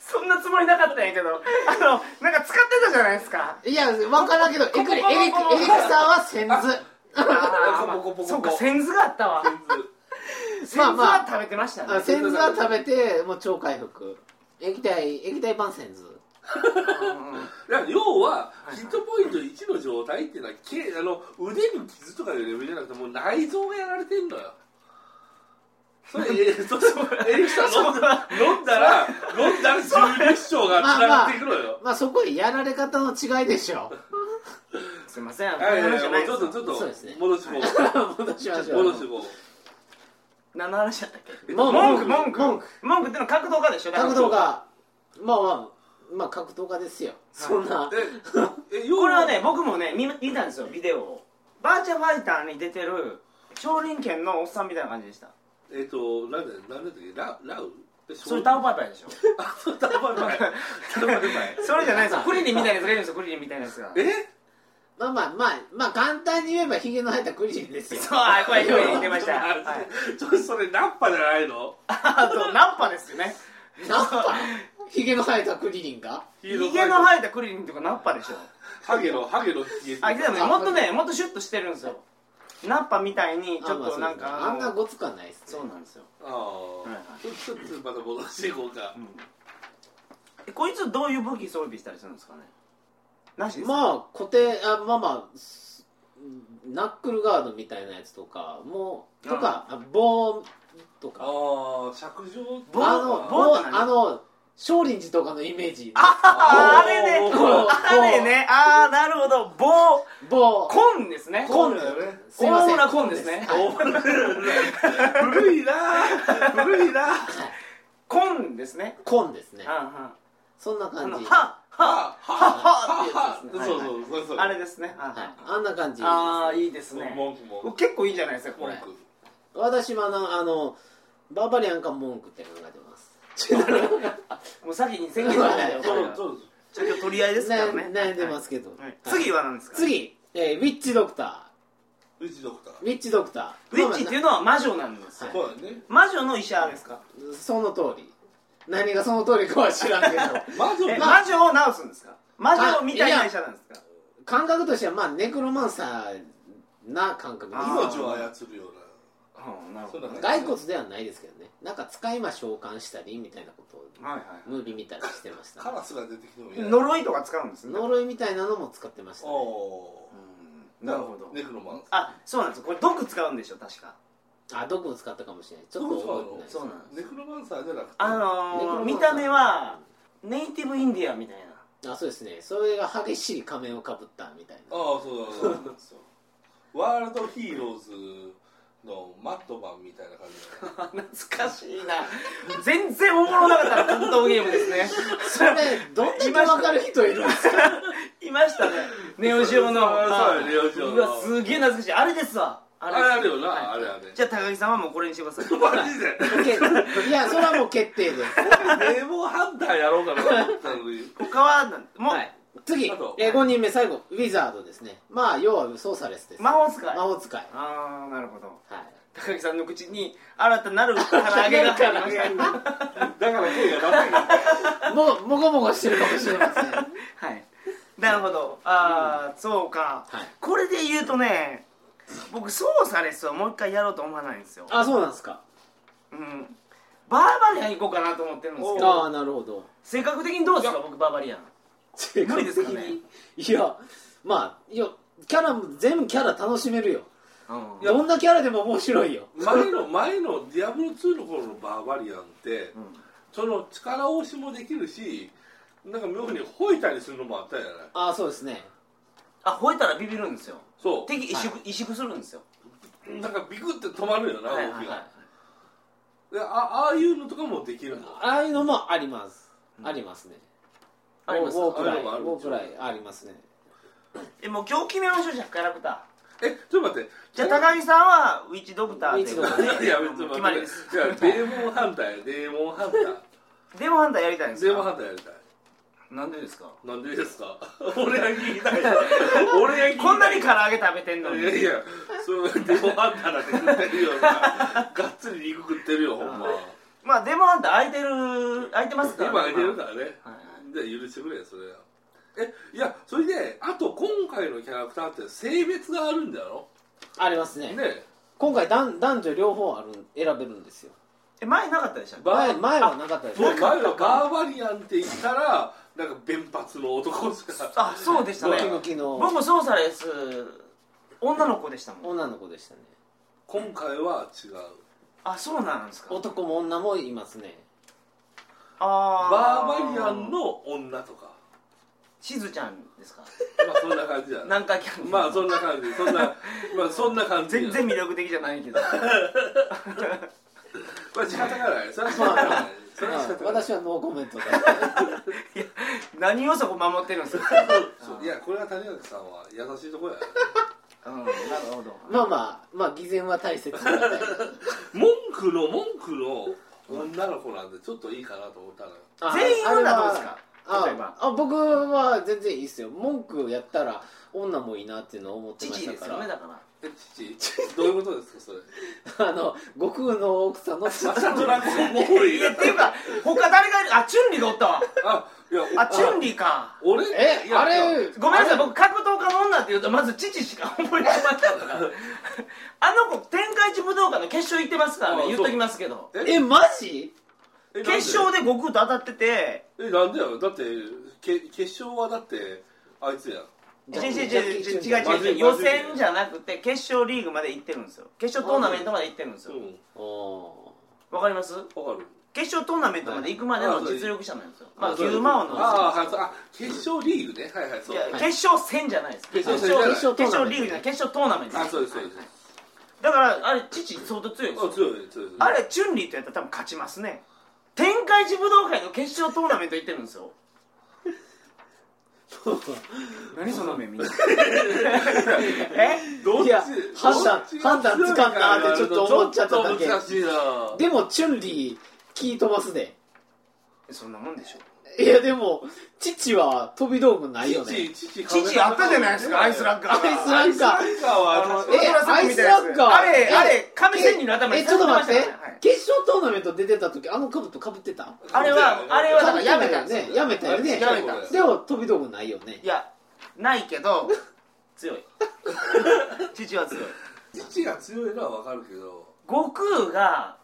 Speaker 1: そんなつもりなかったんやけどあのなんか使ってたじゃないですか
Speaker 3: いや分からんけどエクリエリクエリクさんは先頭
Speaker 1: あーまあ
Speaker 2: ポコポコポコ
Speaker 1: そうかセンズがあったわセンズは食べてましたね、
Speaker 3: あ先頭は食べてもう超回復液体液体版先頭
Speaker 2: だから要はヒットポイント1の状態っていうのはけあの腕に傷とかいうレベルじゃなくてもう内臓がやられてんのよそれえそエリクさん飲ん飲んだら飲んだら十二指腸がつながっていくのよ
Speaker 3: まあそこはやられ方の違いでしょ
Speaker 1: うんすいません
Speaker 2: はいはいはい
Speaker 1: じゃ
Speaker 2: も
Speaker 1: な
Speaker 2: う
Speaker 1: い
Speaker 2: ちょっとちょっ
Speaker 3: そう
Speaker 2: と
Speaker 3: ですね
Speaker 2: 戻しも
Speaker 3: う戻しましょう
Speaker 2: 戻しも
Speaker 1: 何の話だったっけ
Speaker 3: 文
Speaker 1: 文
Speaker 3: 句
Speaker 1: 句文句
Speaker 3: 文
Speaker 1: 文
Speaker 3: 句
Speaker 1: 句文句ってのは格闘家でしょだから
Speaker 3: 格闘家まあまあまあ格闘家ですよそんな
Speaker 2: ええ要
Speaker 1: これはね僕もね見見たんですよビデオをバーチャファイターに出てる少林拳のおっさんみたいな感じでした
Speaker 2: えっとなんだなんだっけララウえ
Speaker 1: それタオパイパイでしょ
Speaker 2: あそうタオパイパイタオパイパイ
Speaker 1: それじゃないですよクリリンみたいなやつがいるんですよクリリンみたいなやつが
Speaker 2: え
Speaker 3: まあまあまあまあ簡単に言えばヒゲの生えたクリリンですよ
Speaker 1: そうあこれ表現に出ました、はい、
Speaker 2: ちょっとそれナンパじゃないの
Speaker 1: あとナンパですよね
Speaker 3: なんかヒゲの生えたクリリンが
Speaker 1: ヒゲの生えたクリリンとかナッパでしょ
Speaker 2: ハゲのハゲのヒゲ
Speaker 1: あでもねもっとねもっとシュッとしてるんですよナッパみたいにちょっとなんか
Speaker 3: あんなごつかないです
Speaker 1: そうなんですよ、
Speaker 2: ああ、
Speaker 1: はいは
Speaker 2: ちょっとちょっとまた戻していこうか
Speaker 1: うんえこいつどういう武器装備したりするんですかねなしですか
Speaker 3: まあ固定あまあまあすナックルガードみたいなやつとかもとかあ棒と
Speaker 2: あ
Speaker 3: か
Speaker 2: あ尺状
Speaker 1: 棒
Speaker 3: あの
Speaker 1: 棒
Speaker 3: 棒
Speaker 1: って何
Speaker 3: あの少林寺とかのイメージ
Speaker 1: ああれね
Speaker 2: おー
Speaker 1: あれねああなるほど棒
Speaker 3: 棒
Speaker 1: コンですね
Speaker 3: コン
Speaker 1: ですよね
Speaker 3: すい
Speaker 1: 大
Speaker 3: ません
Speaker 1: 物コンですね
Speaker 3: はい
Speaker 2: 古いな古いな
Speaker 1: コンですね
Speaker 3: コンですね
Speaker 1: うんうん
Speaker 3: そんな
Speaker 1: あ
Speaker 3: 感
Speaker 1: の
Speaker 3: じはい
Speaker 1: はは
Speaker 2: は
Speaker 1: ははって
Speaker 2: そう
Speaker 1: やつですね
Speaker 2: そ
Speaker 1: はいはい
Speaker 2: うそうそう
Speaker 1: あれですねあ
Speaker 3: あんな感じ
Speaker 1: あーいいですね
Speaker 2: 文句も
Speaker 1: 結構いいんじゃないですかこ
Speaker 2: 文
Speaker 1: れ
Speaker 2: 句
Speaker 3: 私はなあのバーバリアンか文句って考えてます
Speaker 1: もう先に宣言しないでよこれは
Speaker 2: そう
Speaker 1: ちょっと取り合いですからね
Speaker 3: 悩ん悩んでますけど、
Speaker 1: はいはい
Speaker 3: はい
Speaker 1: 次は何ですか
Speaker 3: 次、えーウィッチドクタ
Speaker 2: うちドクター
Speaker 3: ーウィッチドクタ
Speaker 1: ウ
Speaker 3: ー
Speaker 1: ィッチっていうのは魔女なんですよ
Speaker 2: そうだね
Speaker 1: 魔女の医者ですか
Speaker 3: まあその通り何がその通りかは知らんけど
Speaker 2: 魔女
Speaker 1: え
Speaker 2: が
Speaker 1: 魔女を治すんですか魔女みたいな医者なんですか
Speaker 3: 感覚としてはまあネクロマンサーな感覚
Speaker 1: あー
Speaker 2: 命を操るよう
Speaker 1: うんなるほどね
Speaker 2: そうだね
Speaker 3: 骸骨ではないですけどねなんか使い魔召喚したりみたいなことを
Speaker 1: はいはい
Speaker 3: ムービー見たりしてまし
Speaker 2: なカ
Speaker 3: た
Speaker 2: ラスが出てきても嫌だ
Speaker 1: 呪いとか使うんですね
Speaker 3: 呪いみたいなのも使ってました、
Speaker 2: お
Speaker 3: ね、
Speaker 2: お
Speaker 1: うんなるほど
Speaker 2: ネクロマンス
Speaker 1: あそうなんですよこれ毒使うんでしょ確か
Speaker 3: あ毒を使ったかもしれないちょっと覚えてないです
Speaker 1: そうなんです
Speaker 2: ネクロマンサーじゃなくて
Speaker 1: あ
Speaker 3: ネクロマ
Speaker 1: のー、
Speaker 3: ン
Speaker 1: 見た目はネイティブインディアンみたいな
Speaker 3: あそうですねそれが激しい仮面をかぶったみたい
Speaker 2: あ
Speaker 3: な
Speaker 2: あそうだそうだそうワールドヒーローズのマットマンみたいな感じだね
Speaker 1: 懐かしいな全然おもろなかった格闘ゲームですね
Speaker 3: それどんだけ分かる人いるんですか
Speaker 1: いましたねネオジオの
Speaker 2: そうそうネオジオの
Speaker 1: うわすげえ懐かしいあれですわあ
Speaker 2: あ
Speaker 1: れ
Speaker 2: れ
Speaker 1: です
Speaker 2: あるよな、
Speaker 1: はい
Speaker 2: あれあれ
Speaker 1: じゃあ高木さんはもうこれにしてくだ さい
Speaker 2: マジで
Speaker 3: いやそれはもう決定です
Speaker 2: 名簿ハンターやろうかなと思ったのに
Speaker 1: 他はなんもう、
Speaker 3: はい次え
Speaker 2: あと
Speaker 3: ー5人目最後ウィザードですねまあ要はソーサレスです
Speaker 1: 魔法使い
Speaker 3: 魔法使い
Speaker 1: ああなるほど
Speaker 3: はい
Speaker 1: 高木さんの口に新たなる唐 揚げが入りました
Speaker 2: だから手が出せな
Speaker 3: もうもごもごしてるかもしれませんは
Speaker 1: はい、なるほどああ、そうか、
Speaker 3: い
Speaker 1: これで言うとね僕ソーサレスをもう一回やろうと思わないんですよ、
Speaker 3: あそうなんですか
Speaker 1: うん、バーバリアン行こうかなと思ってるんですけど
Speaker 3: ああなるほど
Speaker 1: 性格的にどうですか僕バーバリアン無理ですかね
Speaker 3: いやまあいやキャラも全部キャラ楽しめるよ
Speaker 1: うん
Speaker 3: どんなキャラでも面白いよ
Speaker 2: い前の前のディアブロ2の頃のバーバリアンって
Speaker 1: うん
Speaker 2: その力押しもできるしなんか妙に吠えたりするのもあったじゃない
Speaker 3: ああそうですね
Speaker 1: あ吠えたらビビるんですよ
Speaker 2: そ
Speaker 1: 敵萎縮,、萎縮するんですよ
Speaker 2: うなんかビクって止まるよな動きが、
Speaker 1: はいはいはい
Speaker 2: であああいうのとかもできるの
Speaker 3: ああいうのもあります、ありますね
Speaker 1: あります
Speaker 3: ウォークライ
Speaker 2: あ
Speaker 3: ウ
Speaker 2: るのもある
Speaker 3: ォークライありますね
Speaker 1: えもう今日決めましょうじゃあキャラクター
Speaker 2: えちょっと待って
Speaker 1: じゃあ高木さんはウィッチドクターということ
Speaker 3: ウィッチドク
Speaker 2: いや別に
Speaker 1: 決まりです
Speaker 2: いやデーモンハンターやデーモンハンタ
Speaker 1: デモハンターやりたいんで
Speaker 2: ー
Speaker 1: す
Speaker 2: デーモンハ
Speaker 1: か
Speaker 2: ンターやりたい
Speaker 4: なんでですか
Speaker 2: なんでですか俺が聞きたい俺が聞きたい
Speaker 1: こんなに唐揚げ食べてんの
Speaker 2: い
Speaker 1: に
Speaker 2: やいやそうデーモンハンターなんて食ってるよお前がっつり肉食ってるよほんま
Speaker 1: まあデモハンター空いてる空いてますから
Speaker 2: 今
Speaker 1: ね
Speaker 2: 空いてるからね
Speaker 1: はいはい
Speaker 2: じゃあ許してくれよそれはえいやそれであと今回のキャラクターって性別があるんだろ
Speaker 3: ありますね
Speaker 2: ね
Speaker 3: 今回男男女両方ある選べるんですよ
Speaker 1: え前なかったでしたっけ
Speaker 2: バ
Speaker 3: 前
Speaker 2: ー
Speaker 3: 前はなかったです
Speaker 2: 僕前のバーバリアンって言ったらなんか弁髪の男しか
Speaker 1: あそうでした
Speaker 3: ム
Speaker 1: ね
Speaker 3: キムキの
Speaker 1: 僕もそうされです女の子でしたもん
Speaker 3: 女の子でしたね
Speaker 2: 今回は違う
Speaker 1: あそうなんですか
Speaker 3: 男も女もいますね
Speaker 1: あ
Speaker 2: バーバリアンの女とか
Speaker 1: しずちゃんですか
Speaker 2: まあそんな感じだな
Speaker 1: 南海キャンディーズ
Speaker 2: まあそんな感じそんなまあそんな感じ
Speaker 1: 全然魅力的じゃないけど
Speaker 2: これ仕方がないそれは仕方がないそれは
Speaker 3: ま
Speaker 2: 仕方
Speaker 3: あ
Speaker 2: がない
Speaker 3: 私はノーコメン トで
Speaker 1: 何をそこ守ってるんですか、
Speaker 2: そういやこれは谷垣さんは優しいとこやね
Speaker 1: うん、なるほど
Speaker 3: まあまあまあ偽善は大切なので
Speaker 2: 文句の文句の女の子なんでちょっといいかなと思ったのよ
Speaker 3: あ
Speaker 1: 全員
Speaker 3: あれ
Speaker 1: 女
Speaker 3: は
Speaker 1: どうですか例えば
Speaker 3: ああ僕は全然いいですよ文句やったら女もいいなっていうのを思ってま
Speaker 1: 父
Speaker 3: し
Speaker 1: で
Speaker 3: た
Speaker 1: す
Speaker 3: か
Speaker 1: よね
Speaker 3: ら
Speaker 1: だから
Speaker 2: え父どういうことですかそれ
Speaker 3: あの悟空の奥 さんの
Speaker 2: またドラゴンボール
Speaker 1: い
Speaker 2: に
Speaker 1: や
Speaker 2: な
Speaker 1: っ
Speaker 2: って
Speaker 1: いうか他誰がいるあチュンリーがおったわ
Speaker 2: たあいや
Speaker 1: あチュンリーか
Speaker 2: 俺い
Speaker 3: え
Speaker 2: や
Speaker 3: あ
Speaker 2: いや
Speaker 3: れ
Speaker 1: ごめんなさい
Speaker 3: あれ
Speaker 1: 僕格闘家の女っていうとまず父しか思いつかなかったから あの子天下一武道館の決勝行ってますから
Speaker 2: あ
Speaker 1: ね
Speaker 2: そう
Speaker 1: 言っときますけど
Speaker 3: えマジ
Speaker 2: えなんで
Speaker 1: 決勝で悟空と当たってて
Speaker 2: えなんでやろだってけ決勝はだってあいつやん
Speaker 1: 違う
Speaker 3: ジャッキ
Speaker 1: 違う
Speaker 3: ージャッキ
Speaker 1: 違う違う
Speaker 3: ーチュンだ
Speaker 2: マジ
Speaker 1: 違う違う予選じゃなくて決勝リーグまで行ってるんですよ決勝トーナメントまで行ってるんですよ
Speaker 2: う
Speaker 3: お
Speaker 1: わかります
Speaker 2: んわかる
Speaker 1: 決勝トーナメントまで行くまでの実力者なんですよまあ牛魔王の
Speaker 2: あーはいそうあ決勝リーグねはいはいそ
Speaker 1: いうや
Speaker 2: はい
Speaker 1: 決勝戦じゃないです
Speaker 2: 決勝
Speaker 1: 決
Speaker 2: 戦じゃない
Speaker 1: 勝決勝リーグじゃない決勝トーナメント
Speaker 2: あそうですそうです
Speaker 1: だからあれ父相当強いです
Speaker 2: あ
Speaker 1: よ
Speaker 2: 強いね強いね
Speaker 1: あれチュンリーとやったら多分勝ちますね天下一武道会の決勝トーナメント行ってるんですよ何その目 見んなえ
Speaker 2: どっ
Speaker 3: い
Speaker 2: ち
Speaker 3: や判断
Speaker 2: どっちが
Speaker 3: 判断つかんなーってちょっと思っちゃっただけ
Speaker 2: ちょっと難しいな
Speaker 3: ー でもチュンリー聞い飛ばすで
Speaker 1: そんなもんでしょ
Speaker 3: いやでも父は飛び道具ないよね
Speaker 2: 父父
Speaker 1: 父あったじゃないですかアイスラッガ
Speaker 3: ア
Speaker 1: ーが
Speaker 3: イスラッガー
Speaker 2: ッガーは
Speaker 1: あの
Speaker 2: 確かに
Speaker 1: え
Speaker 3: アイスラッガー
Speaker 1: あれ
Speaker 3: え
Speaker 1: あれ神仙人の頭に
Speaker 3: ええちょっと待って、
Speaker 1: 刺さってましたからねはい
Speaker 3: 決勝トーナメント出てた時あの兜かぶってた
Speaker 1: あれはあれはだからやめたんですよ
Speaker 3: ねやめたよね
Speaker 1: やめたんです
Speaker 3: でも飛び道具ないよね
Speaker 1: いやないけど強い 父は強い
Speaker 2: 父が強いのはわかるけど
Speaker 1: 悟空が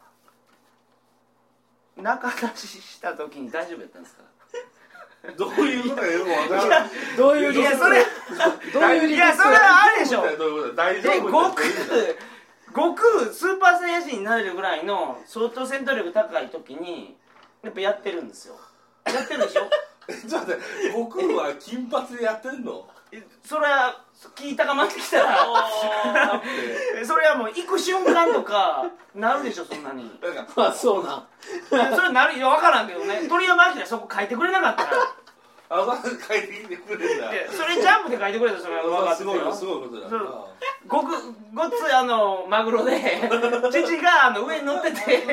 Speaker 1: 仲出しした時に大丈夫やったんですか
Speaker 2: どういうことかよくわからない
Speaker 3: どういう
Speaker 1: いやそれ
Speaker 3: どういう理
Speaker 1: いや
Speaker 3: 屈
Speaker 1: それはあれでしょ
Speaker 2: どういうことだよ大丈
Speaker 1: え
Speaker 2: 夫
Speaker 1: 悟
Speaker 2: だよ
Speaker 1: 空悟空スーパーサイヤ人になれるぐらいの相当戦闘力高い時にやっぱやってるんですよやってるでし ょ
Speaker 2: ちょっと待って悟空は金髪でやってんの
Speaker 1: えそれは聞いたかまってきたら
Speaker 2: あーって
Speaker 1: えそれはもう行く瞬間とかなるでしょそんなに
Speaker 2: なんか
Speaker 3: まあそうなん
Speaker 1: いやそれなるいや分からんけどね鳥山明そこ書いてくれなかったから
Speaker 2: あの帰ってきてくれるんだ
Speaker 1: でそれジャンプで書いてくれたそれは分かっ
Speaker 2: あ
Speaker 1: て
Speaker 2: す
Speaker 1: る
Speaker 2: ごい
Speaker 1: よ
Speaker 2: すごいことだな
Speaker 1: そうごくごっつあのマグロで 父があの上に乗ってて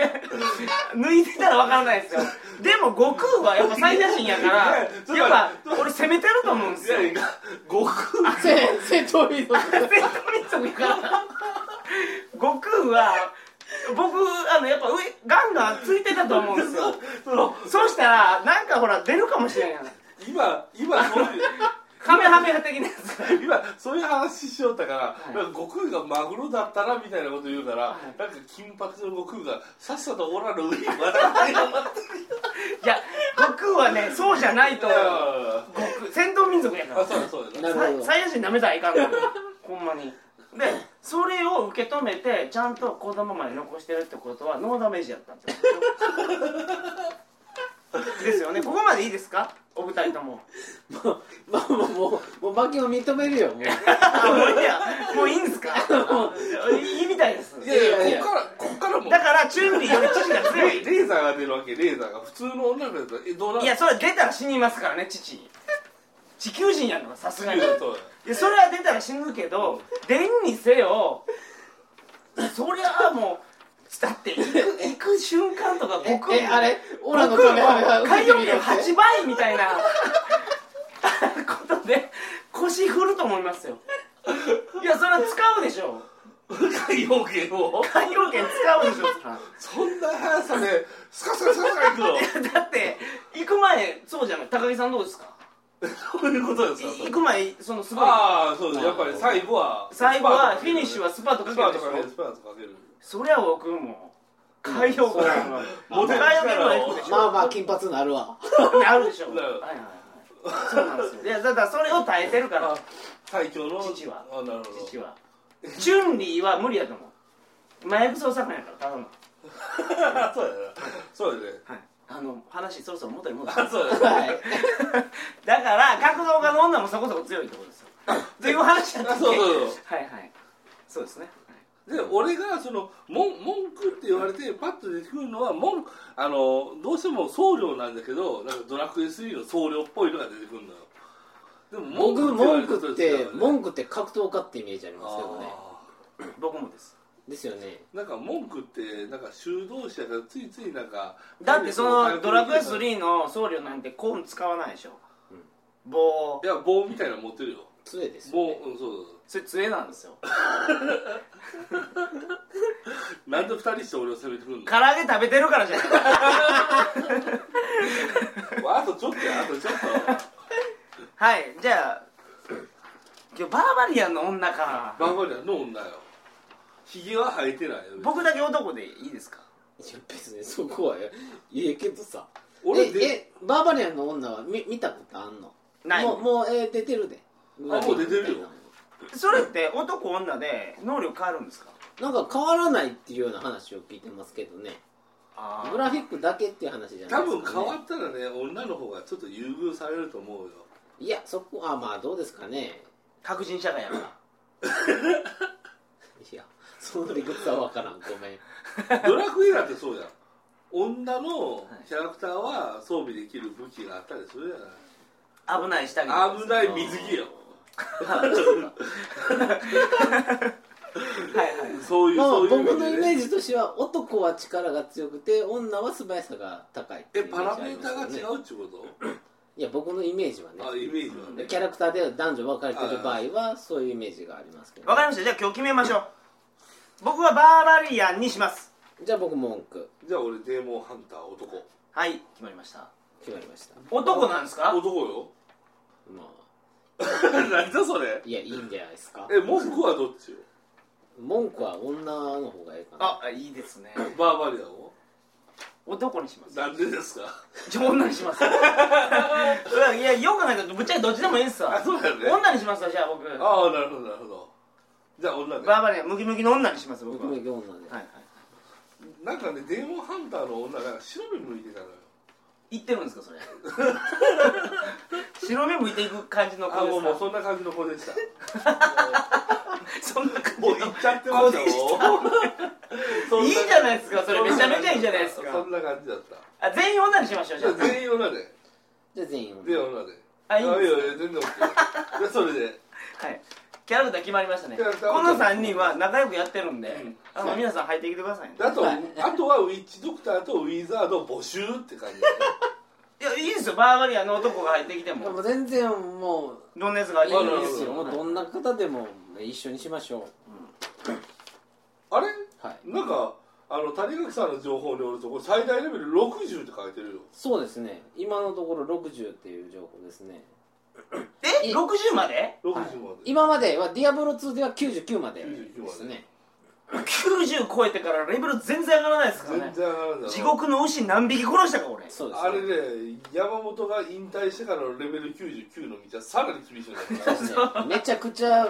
Speaker 1: 抜いてたらわからないですよでも悟空はやっぱ最大神やからやっ
Speaker 2: いや
Speaker 1: ぱ俺攻めてると思うんですよ
Speaker 2: いや悟空
Speaker 3: せせ飛び道具
Speaker 1: 戦闘民族やから悟空は僕あのやっぱ上ガンガンついてたと思うんですよ
Speaker 2: その
Speaker 1: そうしたらなんかほら出るかもしれんやん
Speaker 2: 今今そういう
Speaker 1: カメハメハ的なやつ
Speaker 2: 今そういう話しよったか
Speaker 1: い
Speaker 2: ら、なんか悟空がマグロだったらみたいなこと言うから、なんか金髪の悟空がさっさとオラの上に渡ってやがって
Speaker 1: いや悟空はねそうじゃないと思う
Speaker 2: あ
Speaker 1: 悟空戦闘民族やから
Speaker 2: そうだそうだな
Speaker 3: なる
Speaker 1: さ
Speaker 3: ほど
Speaker 1: い最悪に舐めたらいかん のよほんまにでそれを受け止めてちゃんと子供まで残してるってことはノーダメージやったんです よですよねここまでいいですかお二人とも
Speaker 3: まあもうもうもう負けを認めるよもう
Speaker 1: あもういいやもういいんですかいいみたいです
Speaker 2: いやいや
Speaker 3: いやいや
Speaker 2: こっからこっかからもう
Speaker 1: だからチュンリーより父が強
Speaker 2: レ
Speaker 1: い
Speaker 2: イレーザーが出るわけレーザーが普通の女の子だったらえどうなる
Speaker 1: いやそれ出たら死にますからね父地球人やんのさすがにい
Speaker 2: そうだよ
Speaker 1: やそれは出たら死ぬけど出んにせよそりゃあもうだ って行く行く瞬間とか
Speaker 3: え
Speaker 1: 悟空
Speaker 3: えあれオラの
Speaker 1: 僕
Speaker 3: カメハメが
Speaker 1: 海
Speaker 3: 受け
Speaker 1: 洋
Speaker 3: てみろ
Speaker 1: 圏
Speaker 3: って
Speaker 1: 8倍みたいなことで腰振ると思いますよいやそれは使うでしょ
Speaker 2: 海洋圏を
Speaker 1: 海洋圏使うでしょそら
Speaker 2: そんな速さでスカスカスカスカ行くの
Speaker 1: だって行く前そうじゃない高木さんどうですか
Speaker 2: そういうことですか
Speaker 1: い行く前そのすごい
Speaker 2: ああそうですやっぱり最後は
Speaker 1: 最後はフィニッシュはスパート
Speaker 2: ス
Speaker 1: かけ
Speaker 2: パ
Speaker 1: る
Speaker 2: ー
Speaker 1: でし
Speaker 2: トかける
Speaker 1: ょ
Speaker 2: スパートかける
Speaker 1: そりゃ僕も海洋圏は
Speaker 2: モテる
Speaker 1: 海洋圏
Speaker 2: 力
Speaker 1: は行
Speaker 2: を
Speaker 1: くでし
Speaker 3: ま
Speaker 1: ょ
Speaker 3: あまあ金髪になるわ
Speaker 1: なるでしょ
Speaker 2: なる
Speaker 1: はいはいはいそうなんですよいやだからそれを耐えてるから
Speaker 2: あ最強の
Speaker 1: 父は
Speaker 2: あなるほど
Speaker 1: 父はチュンリーは無理やと思う麻薬捜査官やから頼む
Speaker 2: そうだよなそうだよね
Speaker 1: はいあの話そろそろ元に戻す
Speaker 2: あそうだよね
Speaker 3: はい
Speaker 1: だから格闘家の女もそこそこ強いってこと ですよという話だった
Speaker 2: あ
Speaker 1: っけ
Speaker 2: そうそうそ
Speaker 1: はいはいそうですねはいう
Speaker 2: で俺がその文文句って言われてパッと出てくるのは文あのどうしても僧侶なんだけどなんかドラクエ3の僧侶っぽいのが出てくるのよでも
Speaker 3: 僕文句っ
Speaker 2: 言われ
Speaker 3: て
Speaker 2: ると
Speaker 3: 文句って格闘家ってイメージありますけどね
Speaker 2: あー
Speaker 1: 僕もです
Speaker 3: ですよね
Speaker 2: なんか文句ってなんか修道士やからついついなんか
Speaker 1: だってそのドラクエ3の僧侶なんてコーン使わないでしょ
Speaker 3: うん
Speaker 1: 棒
Speaker 2: いや棒みたいなの持ってるよ
Speaker 3: 杖ですよ
Speaker 2: 棒
Speaker 3: ね
Speaker 2: うんそうそう
Speaker 1: それ杖なんですよ
Speaker 2: そうなんで二人して俺を攻めてくる
Speaker 1: 唐揚げ食べてるからじゃない
Speaker 2: のあとちょっとやあとちょっと
Speaker 1: はいじゃあ今日バーバリアンの女か
Speaker 2: バンバリアンの女よひげは生えてないよ
Speaker 1: 僕だけ男でいいですか
Speaker 3: いや別にそこはええけどさ
Speaker 2: 俺
Speaker 3: え
Speaker 2: で
Speaker 3: えバーバリアンの女は見見たことあんの
Speaker 1: ない
Speaker 3: もうもう、えー出てるで
Speaker 2: もう出てるよ
Speaker 1: それって男女で能力変わるんですか
Speaker 3: なんか変わらないっていうような話を聞いてますけどね
Speaker 1: あ
Speaker 3: グラフィックだけっていう話じゃな
Speaker 2: 多
Speaker 3: いで
Speaker 2: 分
Speaker 3: すか、ね、
Speaker 2: 変わったらね女の方がちょっと優遇されると思うよ
Speaker 3: いやそこはまあどうですかね
Speaker 1: 白人社会やから
Speaker 3: いやその理屈は分からんごめん
Speaker 2: ドラクエだってそうじゃん女のキャラクターは装備できる武器があったりするじゃない
Speaker 1: 危ない下着
Speaker 2: 危ない水着よ
Speaker 1: はいはい
Speaker 2: そういう
Speaker 3: まあ
Speaker 2: そういう
Speaker 3: 僕のイメ
Speaker 2: ジ
Speaker 3: ージとしては男は力が強くて女は素早さが高いってい
Speaker 2: え
Speaker 3: うイメ
Speaker 2: パラ
Speaker 3: ージあ
Speaker 2: メ
Speaker 3: り
Speaker 2: ータ
Speaker 3: ます
Speaker 2: ーが
Speaker 3: けど
Speaker 2: 違う
Speaker 3: ね
Speaker 2: ってこと
Speaker 3: いや僕のイメージは
Speaker 2: あ
Speaker 3: ね
Speaker 2: イメージはね
Speaker 3: キャラクターで男女分かれてる場合はそういうイメージがありますけど、
Speaker 1: わかりましたじゃあ今日決めましょう僕はバーバリアンにします
Speaker 3: じゃあ僕文句
Speaker 2: じゃあ俺デーモンハンター男
Speaker 1: はい決まりました
Speaker 3: 決まりました
Speaker 1: 男なんですか
Speaker 2: 男 よ
Speaker 3: まあ
Speaker 2: 何だそれ
Speaker 3: いやいいんじゃないですか
Speaker 2: え文句はどっちよ
Speaker 3: 文句は女の方がいいかな
Speaker 1: あいいですね
Speaker 2: バーバリアンを
Speaker 1: 男にします
Speaker 2: なんでですか
Speaker 1: じゃあ女に しますうんいやよくないけどぶっちゃけどっちでもいいんすわ
Speaker 2: あそうだよね
Speaker 1: 女にしますわじゃあ僕バ
Speaker 2: ああなるほどなるほどじゃあ女ね
Speaker 1: ーバリアンムキムキの女にします僕
Speaker 3: 僕
Speaker 1: はは
Speaker 3: も
Speaker 1: い
Speaker 3: 女なんで、
Speaker 1: はい
Speaker 2: なんかねデーモンハンターの女が白目向いてたのよ
Speaker 1: 言ってるんですかそれ白目向いていく感じの
Speaker 2: あ
Speaker 1: 子
Speaker 2: もうも
Speaker 1: で
Speaker 2: う
Speaker 1: すか
Speaker 2: そんな感じの子でした
Speaker 1: そんな感じ
Speaker 2: もう行っちゃってましたよ
Speaker 1: いいじゃないですかそれめちゃめちゃいいじゃないですか
Speaker 2: そんな感じだった
Speaker 1: あ全員女にしましょうじ
Speaker 2: じ
Speaker 1: ゃ
Speaker 2: ゃ
Speaker 1: あ
Speaker 2: あ全員女で
Speaker 3: じゃあ全員
Speaker 2: 全
Speaker 3: 女
Speaker 2: 員女で
Speaker 1: あいいんです
Speaker 2: よいや全然 OK じゃあそれで
Speaker 1: はいキャラクター決まりましたね
Speaker 2: キャラクター
Speaker 1: この3人は仲良くやってるんで、
Speaker 2: うん
Speaker 1: あの皆さん入ってきてくださいね
Speaker 2: あと
Speaker 3: はい
Speaker 2: あとはウィッチドクターとウィザード募集って感じ
Speaker 1: いやいいですよバーバリアの男が入ってきて
Speaker 3: でも
Speaker 1: も
Speaker 3: 全然もう
Speaker 1: ロンネスが入
Speaker 3: い
Speaker 1: ってき
Speaker 3: い
Speaker 1: ても
Speaker 2: あ
Speaker 3: ですよも
Speaker 1: は
Speaker 3: う
Speaker 1: い
Speaker 3: どんな方でも一緒にしましょ
Speaker 2: あれ
Speaker 3: うはい
Speaker 2: なんかあの谷垣さんの情報によるとこれ最大レベル60って書いてるよ
Speaker 3: そうですね今のところ60っていう情報ですね
Speaker 1: え
Speaker 3: いい
Speaker 1: 60まで
Speaker 2: 60ま
Speaker 3: はい
Speaker 2: で、
Speaker 3: 今までは「ディアブロ2」では99まで
Speaker 2: 99
Speaker 3: ですね
Speaker 1: 90超えてからレベル全然上がらないですから
Speaker 2: 全
Speaker 1: ね
Speaker 2: 然上がらない
Speaker 1: 地獄の牛何匹殺したか俺
Speaker 3: そうです
Speaker 2: あれ
Speaker 3: ね
Speaker 2: ね山本が引退してからのレベル99の道はさらに厳しいんだから
Speaker 3: ねめちゃくちゃ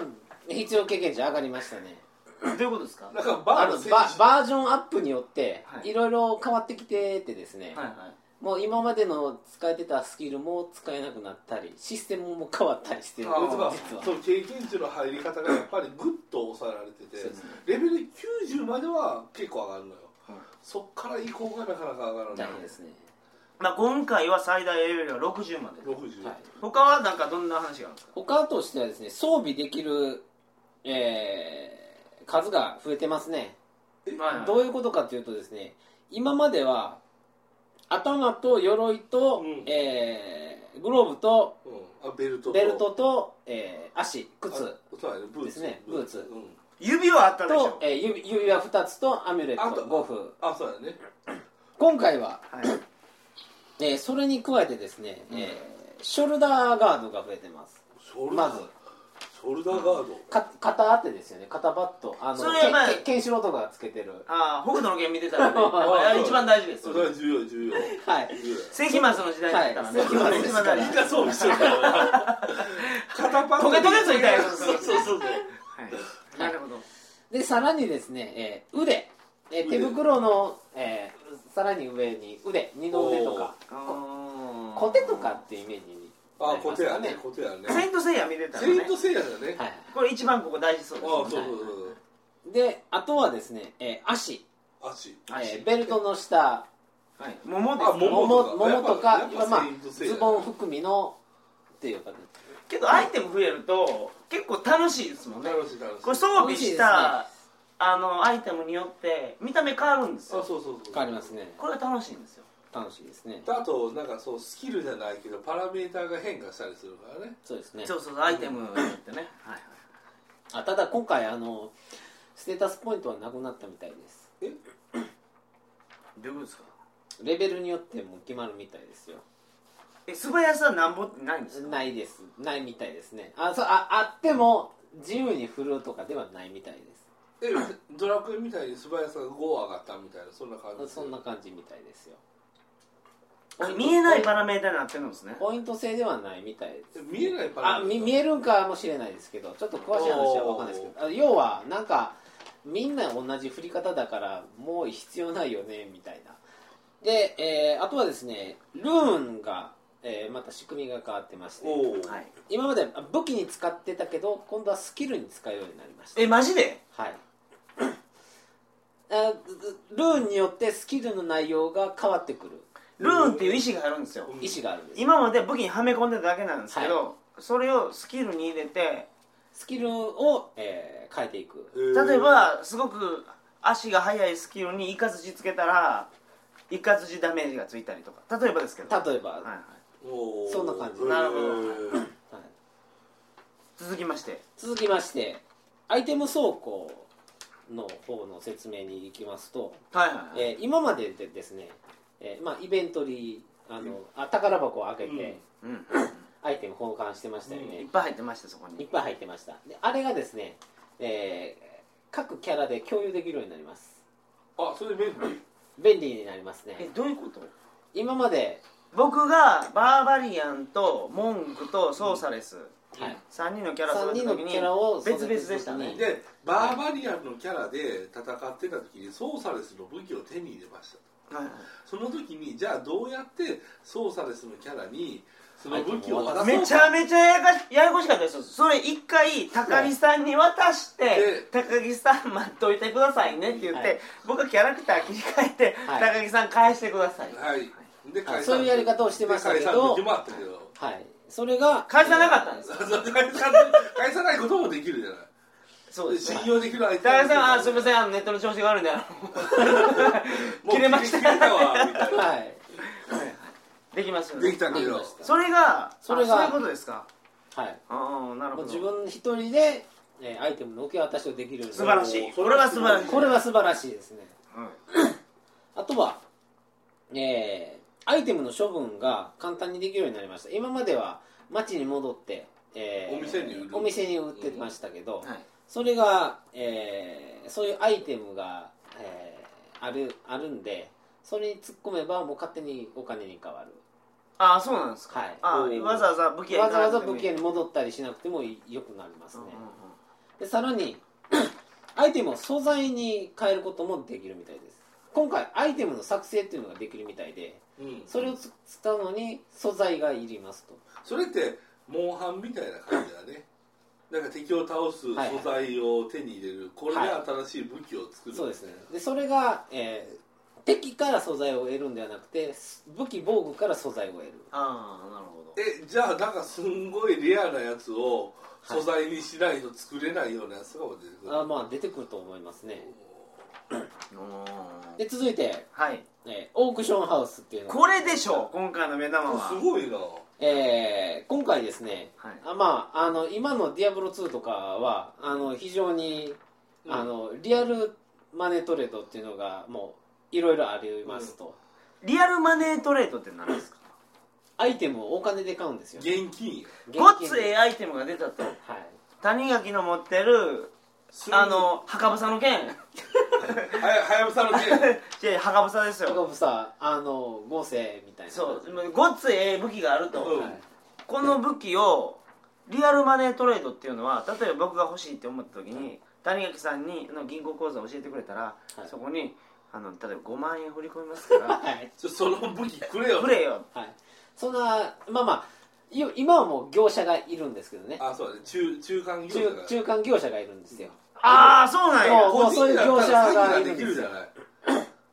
Speaker 3: 必要経験値上がりましたね
Speaker 1: どういうことですかはい
Speaker 2: なんか
Speaker 3: あ
Speaker 2: バー
Speaker 3: の
Speaker 2: の
Speaker 3: バ
Speaker 2: 選手
Speaker 3: バージョンアップによって
Speaker 1: はい
Speaker 3: いろいろ変わってきててですね、
Speaker 1: は
Speaker 3: もう今までの使えてたスキルも使えなくなったりシステムも変わったりしてる
Speaker 1: あー
Speaker 2: 実は
Speaker 3: 実は
Speaker 2: その経験値の入り方がやっぱりグッと抑えられてて
Speaker 3: そうですね
Speaker 2: レベル90までは結構上がるのよそっから移行がなかなか上がらない
Speaker 3: 大変ですね、
Speaker 1: まあ、今回は最大レベルは60まで
Speaker 2: 60、
Speaker 3: はい、
Speaker 1: 他はなんかどんな話があるんですか
Speaker 3: 他としてはですね装備できる、えー数が増えてますね
Speaker 2: え
Speaker 1: はいはい
Speaker 3: どういうことかというとですね今までは頭と鎧
Speaker 2: う
Speaker 3: と、
Speaker 2: ん
Speaker 3: えーグローブと
Speaker 2: うん、あベルトと
Speaker 3: ベルトと、えー足靴
Speaker 2: あそうやねブーツ
Speaker 3: ですねブーツ
Speaker 2: うん、
Speaker 1: 指はあったでし
Speaker 3: と
Speaker 1: ょ、
Speaker 3: えー指指輪2つとアミュレ
Speaker 2: あ
Speaker 3: ッ
Speaker 2: と
Speaker 3: トゴフ
Speaker 2: あそうやね
Speaker 3: 今回は、
Speaker 1: はい、
Speaker 3: えーそれに加えてですね、えーショルダーガードが増えてます
Speaker 2: ショルダ
Speaker 3: ま
Speaker 2: ー、
Speaker 3: ず
Speaker 2: ショルダーガード、
Speaker 3: か肩当てですよね肩バットあ
Speaker 1: そ
Speaker 3: の
Speaker 1: れ
Speaker 3: け
Speaker 1: まあ
Speaker 3: けケンシロウとかがつけてる
Speaker 1: ああ北斗の拳見てたらねあ一番大事です
Speaker 2: それは重要重要
Speaker 3: はい
Speaker 2: 重要
Speaker 1: 世紀末の時代ですからね、
Speaker 3: はい世紀末ですから
Speaker 2: みんな装備してるから肩パッ
Speaker 1: トゲトゲついたやつ
Speaker 2: そうそうそうそう
Speaker 1: はい、なるほど
Speaker 3: でさらにですね、えー腕、えー
Speaker 2: 腕
Speaker 3: 手袋の、えーさらに上に腕二の腕とか
Speaker 1: あー
Speaker 3: コテとかってイメージにな
Speaker 2: あ
Speaker 3: り
Speaker 2: コテ
Speaker 3: ます
Speaker 2: や
Speaker 3: か
Speaker 2: ね
Speaker 3: ね
Speaker 2: コテやね
Speaker 1: セイントセイヤ見てたら
Speaker 2: セイ
Speaker 1: ね
Speaker 2: ントセイヤだねあ
Speaker 3: は
Speaker 1: これ一番ここ大事そうです
Speaker 2: そう
Speaker 1: よね
Speaker 2: そうそう
Speaker 3: い、であとはですね、えー足、
Speaker 2: 足
Speaker 1: 足
Speaker 3: えーベルトの下
Speaker 1: はい桃です
Speaker 2: あ
Speaker 1: ね
Speaker 2: 桃
Speaker 3: ももももと
Speaker 2: や
Speaker 3: か
Speaker 2: っぱ
Speaker 3: まあ
Speaker 2: セイントセイヤ
Speaker 3: ズボン含みのっていう形
Speaker 1: けどアイテム増えると結構楽しいですもんね
Speaker 2: 楽しい楽しい
Speaker 1: これ装備した、あのアイテムによって見た目変わるんです
Speaker 2: あ
Speaker 1: よ
Speaker 2: そうそうそう
Speaker 3: 変わりますね
Speaker 1: これが楽しいんですよ
Speaker 3: 楽しいですね
Speaker 2: あとなんかそうスキルじゃないけどパラメーターが変化したりするからね
Speaker 3: そうですね
Speaker 1: そうそうそうアイテムによってね、はいはい
Speaker 3: あただ今回あのステータスポイントはなくなったみたいです
Speaker 2: え
Speaker 1: どういうことですか
Speaker 3: レベルによっても決まるみたいですよ
Speaker 1: え素早さなんぼってないんですか
Speaker 3: ないですないみたいですねあそうああっても自由に振るとかではないみたいです
Speaker 2: えドラクエみたいに素早さが5上がったみたいなそんな感じ
Speaker 3: そんな感じみたいですよ
Speaker 1: あ見えないパラメーターになってるんですね
Speaker 3: ポイント制ではないみたいです
Speaker 2: 見えないパラ
Speaker 3: あ
Speaker 2: メーター
Speaker 3: み見えるんかもしれないですけどちょっと詳しい話は分かんないですけどあ要はなんかみんな同じ振り方だからもう必要ないよねみたいなで、えーあとはですねルーンが、えーまた仕組みが変わってまして
Speaker 2: おお、
Speaker 1: はい
Speaker 3: 今まであ武器に使ってたけど今度はスキルに使うようになりました
Speaker 1: えマジで
Speaker 3: はいあルルーンによってスキルの内容が変わってくる
Speaker 1: ルーンっていう意思があるんですよ
Speaker 2: うん
Speaker 3: 意思があるんです
Speaker 1: 今まで武器にはめ込んでただけなんですけど、それをスキルに入れて
Speaker 3: スキルを、えー変えていく
Speaker 2: へー
Speaker 1: 例えばすごく足が速いスキルにイカズチつけたらイカズチダメージがついたりとか例えばですけど、はい
Speaker 3: 例えば、
Speaker 1: はい、
Speaker 2: おー
Speaker 3: そんな感じ
Speaker 1: なるほど
Speaker 2: へー
Speaker 3: はい
Speaker 1: 続きまして
Speaker 3: 続きましてアイテム倉庫の方の説明に行きますと、
Speaker 1: はいはい、
Speaker 3: えー今まででですね、えーまあ、イベントリーあのあ宝箱を開けて、
Speaker 1: うん、
Speaker 3: アイテム交換してましたよ
Speaker 1: い
Speaker 3: ね
Speaker 1: っ、ぱい入ってましたそこ
Speaker 3: いっ
Speaker 1: に
Speaker 3: ぱい入ってましたであれがですね、えー各キャラで共有できるようになります
Speaker 2: あそれ便利
Speaker 3: 便利になります
Speaker 1: え
Speaker 3: ね
Speaker 1: どういうこと
Speaker 3: 今まで、
Speaker 1: 僕がバーバリアンとモンクとソーサレス、
Speaker 3: はい、
Speaker 1: 三3人のキャラ
Speaker 3: 3
Speaker 1: 育て
Speaker 3: 人
Speaker 1: た
Speaker 3: の
Speaker 1: 時
Speaker 3: キ
Speaker 1: に
Speaker 3: ャラを育
Speaker 1: 別
Speaker 3: てて
Speaker 1: 々
Speaker 3: る
Speaker 1: で
Speaker 3: 時に
Speaker 1: したね
Speaker 2: でバーバリアンのキャラで戦ってた時にソーサレスの武器を手に入れました
Speaker 1: はいはい
Speaker 2: その時にじゃあどうやってソーサレスのキャラにその武器を渡そうか
Speaker 1: めちゃめちゃややかしややこしかったですそれ一回高木さんに渡して「高木さん待っといてくださいね」って言って、
Speaker 3: はい
Speaker 1: 僕はキャラクター切り替えて、
Speaker 3: はい
Speaker 1: 高木さん返してください、
Speaker 2: はいで
Speaker 3: あそういうやり方をしてましたけど
Speaker 2: で解散の時もあったけど
Speaker 3: はい、それが
Speaker 1: 返さなかったんですよ、
Speaker 2: 解散返さないこともできるじゃない
Speaker 1: そうです
Speaker 2: 信用できる相手
Speaker 1: 高木さんあすいませんあのネットの調子が悪いんだよ
Speaker 2: もう
Speaker 1: 切れました
Speaker 2: 切れたわみたいな
Speaker 3: はい、
Speaker 1: できますよね
Speaker 2: できたけ
Speaker 3: でき
Speaker 2: ど
Speaker 3: ました
Speaker 1: それが
Speaker 3: それが
Speaker 1: あそういうことですか
Speaker 3: はい、
Speaker 1: ああなる
Speaker 3: も
Speaker 1: ほ
Speaker 3: う
Speaker 1: ど
Speaker 3: 自分一人で、えーアイテムの受け渡しをできるように
Speaker 1: 素
Speaker 3: な
Speaker 1: 晴
Speaker 3: る
Speaker 1: らしい
Speaker 2: おー
Speaker 1: これは素晴らしい
Speaker 3: これは素晴らしいですね
Speaker 1: うん
Speaker 3: あとは、えーアイテムの処分が簡単にできるようになりました今までは町に戻って、えー
Speaker 2: お店に売る
Speaker 3: お店に売ってましたけど、
Speaker 1: はい
Speaker 3: それが、えーそういうアイテムが、えーあるあるんでそれに突っ込めばもう勝手にお金に変わる
Speaker 1: ああそうなんですか、
Speaker 3: はい
Speaker 1: あ
Speaker 2: おー
Speaker 1: わざわざ武器屋
Speaker 3: わ
Speaker 1: に行
Speaker 3: ざ
Speaker 1: かなく
Speaker 3: わざ
Speaker 1: ても
Speaker 3: 武
Speaker 1: いい
Speaker 3: 器屋に戻ったりしなくてもい良くなります
Speaker 1: うん
Speaker 3: ね、
Speaker 1: うんうん
Speaker 3: でさらに アイテムを素材に変えることもできるみたいです今回アイテムの作成っていうのができるみたいで
Speaker 2: うん
Speaker 3: それをつ使うのに素材がいりますと
Speaker 2: それってモンハンみたいな感じだねなんか敵を倒す素
Speaker 3: はいはい
Speaker 2: 材を手に入れる、これで新しい武器を作る、
Speaker 3: そうですねでそれが、えー敵から素材を得るんではなくて武器防具から素材を得る
Speaker 1: ああなるほど
Speaker 2: えじゃあなんかすんごいレアなやつを素材にしないと作れないようなやつが出てくる、
Speaker 3: あまあ出てくると思いますね
Speaker 1: おー
Speaker 3: で続いて、
Speaker 1: はい
Speaker 3: えーオークションハウスっていうのが
Speaker 1: これでしょう今回の目玉は
Speaker 2: すごいな
Speaker 3: えー今回ですね、
Speaker 1: はい
Speaker 3: あまああの今の「ディアブロ2」とかはあの非常に、
Speaker 2: うん
Speaker 3: あのリアルマネートレードっていうのがもういろいろありますと、
Speaker 1: リアルマネートレードって何ですか
Speaker 3: アイテムをお金で買うんですよ
Speaker 2: 現金や
Speaker 1: ごっつえ
Speaker 3: で
Speaker 1: えアイテムが出たと
Speaker 3: はい
Speaker 1: 谷垣の持ってるあのはかぶさの 剣
Speaker 2: はやはやぶさの剣
Speaker 1: ではかぶさです
Speaker 3: と
Speaker 1: よ
Speaker 3: かもさあの合成みたいな
Speaker 1: そうごっつええ武器があると、
Speaker 2: うん
Speaker 3: はい
Speaker 1: この武器をリアルマネートレードっていうのは例えば僕が欲しいって思った時に谷垣さんにあの銀行口座を教えてくれたら、
Speaker 3: はい
Speaker 1: そこにあの例えば5万円振り込みます か
Speaker 3: はい
Speaker 2: ちょその武器くれ
Speaker 1: ら
Speaker 2: よ
Speaker 1: くれよ
Speaker 3: はいそんなまあまあい今はもう業者がいるんですけどね
Speaker 2: あそうだね中中間業者
Speaker 3: 中中間業者がいるんですよ
Speaker 1: ああそうなんや
Speaker 3: そうもうそういう業者がい
Speaker 2: で
Speaker 3: る
Speaker 2: き
Speaker 3: んで
Speaker 2: る
Speaker 3: す
Speaker 2: じ
Speaker 3: よ
Speaker 2: ゃない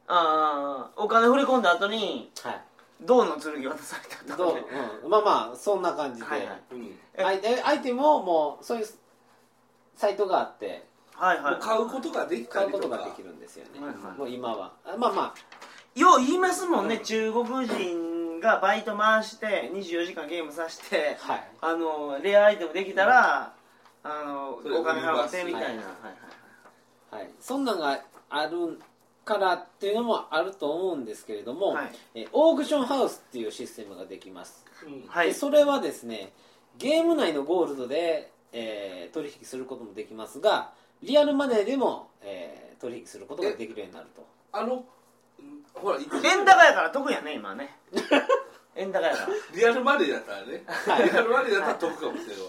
Speaker 1: ああお金振り込んだ後に
Speaker 3: はい
Speaker 1: 銅の剣渡された
Speaker 3: ど
Speaker 1: と
Speaker 3: う
Speaker 1: ね、
Speaker 3: うん、まあまあそんな感じで、
Speaker 1: はいはい
Speaker 2: うん
Speaker 3: アイアイテムをもうそういうサイトがあって
Speaker 1: はい
Speaker 2: も
Speaker 1: は
Speaker 2: う買うことができた
Speaker 3: 買う
Speaker 2: り
Speaker 3: ことと
Speaker 2: か
Speaker 3: ができるんですよね、
Speaker 1: はいはい
Speaker 3: もう今はあまあま
Speaker 1: いよう言いますもんね、中国人がバイト回して24時間ゲームさせて
Speaker 3: あはい
Speaker 1: あのレアアイテムできたら、あの
Speaker 2: それ
Speaker 1: お金払ってみたいな、はい
Speaker 3: は
Speaker 1: はい
Speaker 3: はい、そんなんがあるからっていうのもあると思うんですけれども、
Speaker 1: はい
Speaker 3: えオークションハウスっていうシステムができます、
Speaker 2: うん
Speaker 1: はい
Speaker 3: でそれはですねゲーム内のゴールドで、えー取引することもできますがリアルマネーでも、えー取引することができるようになると
Speaker 2: あのうんほら一時
Speaker 1: 円高やから得やね今 ね円高やから
Speaker 2: リアルマネーだったらね、リアルマネーだったら得かもしれん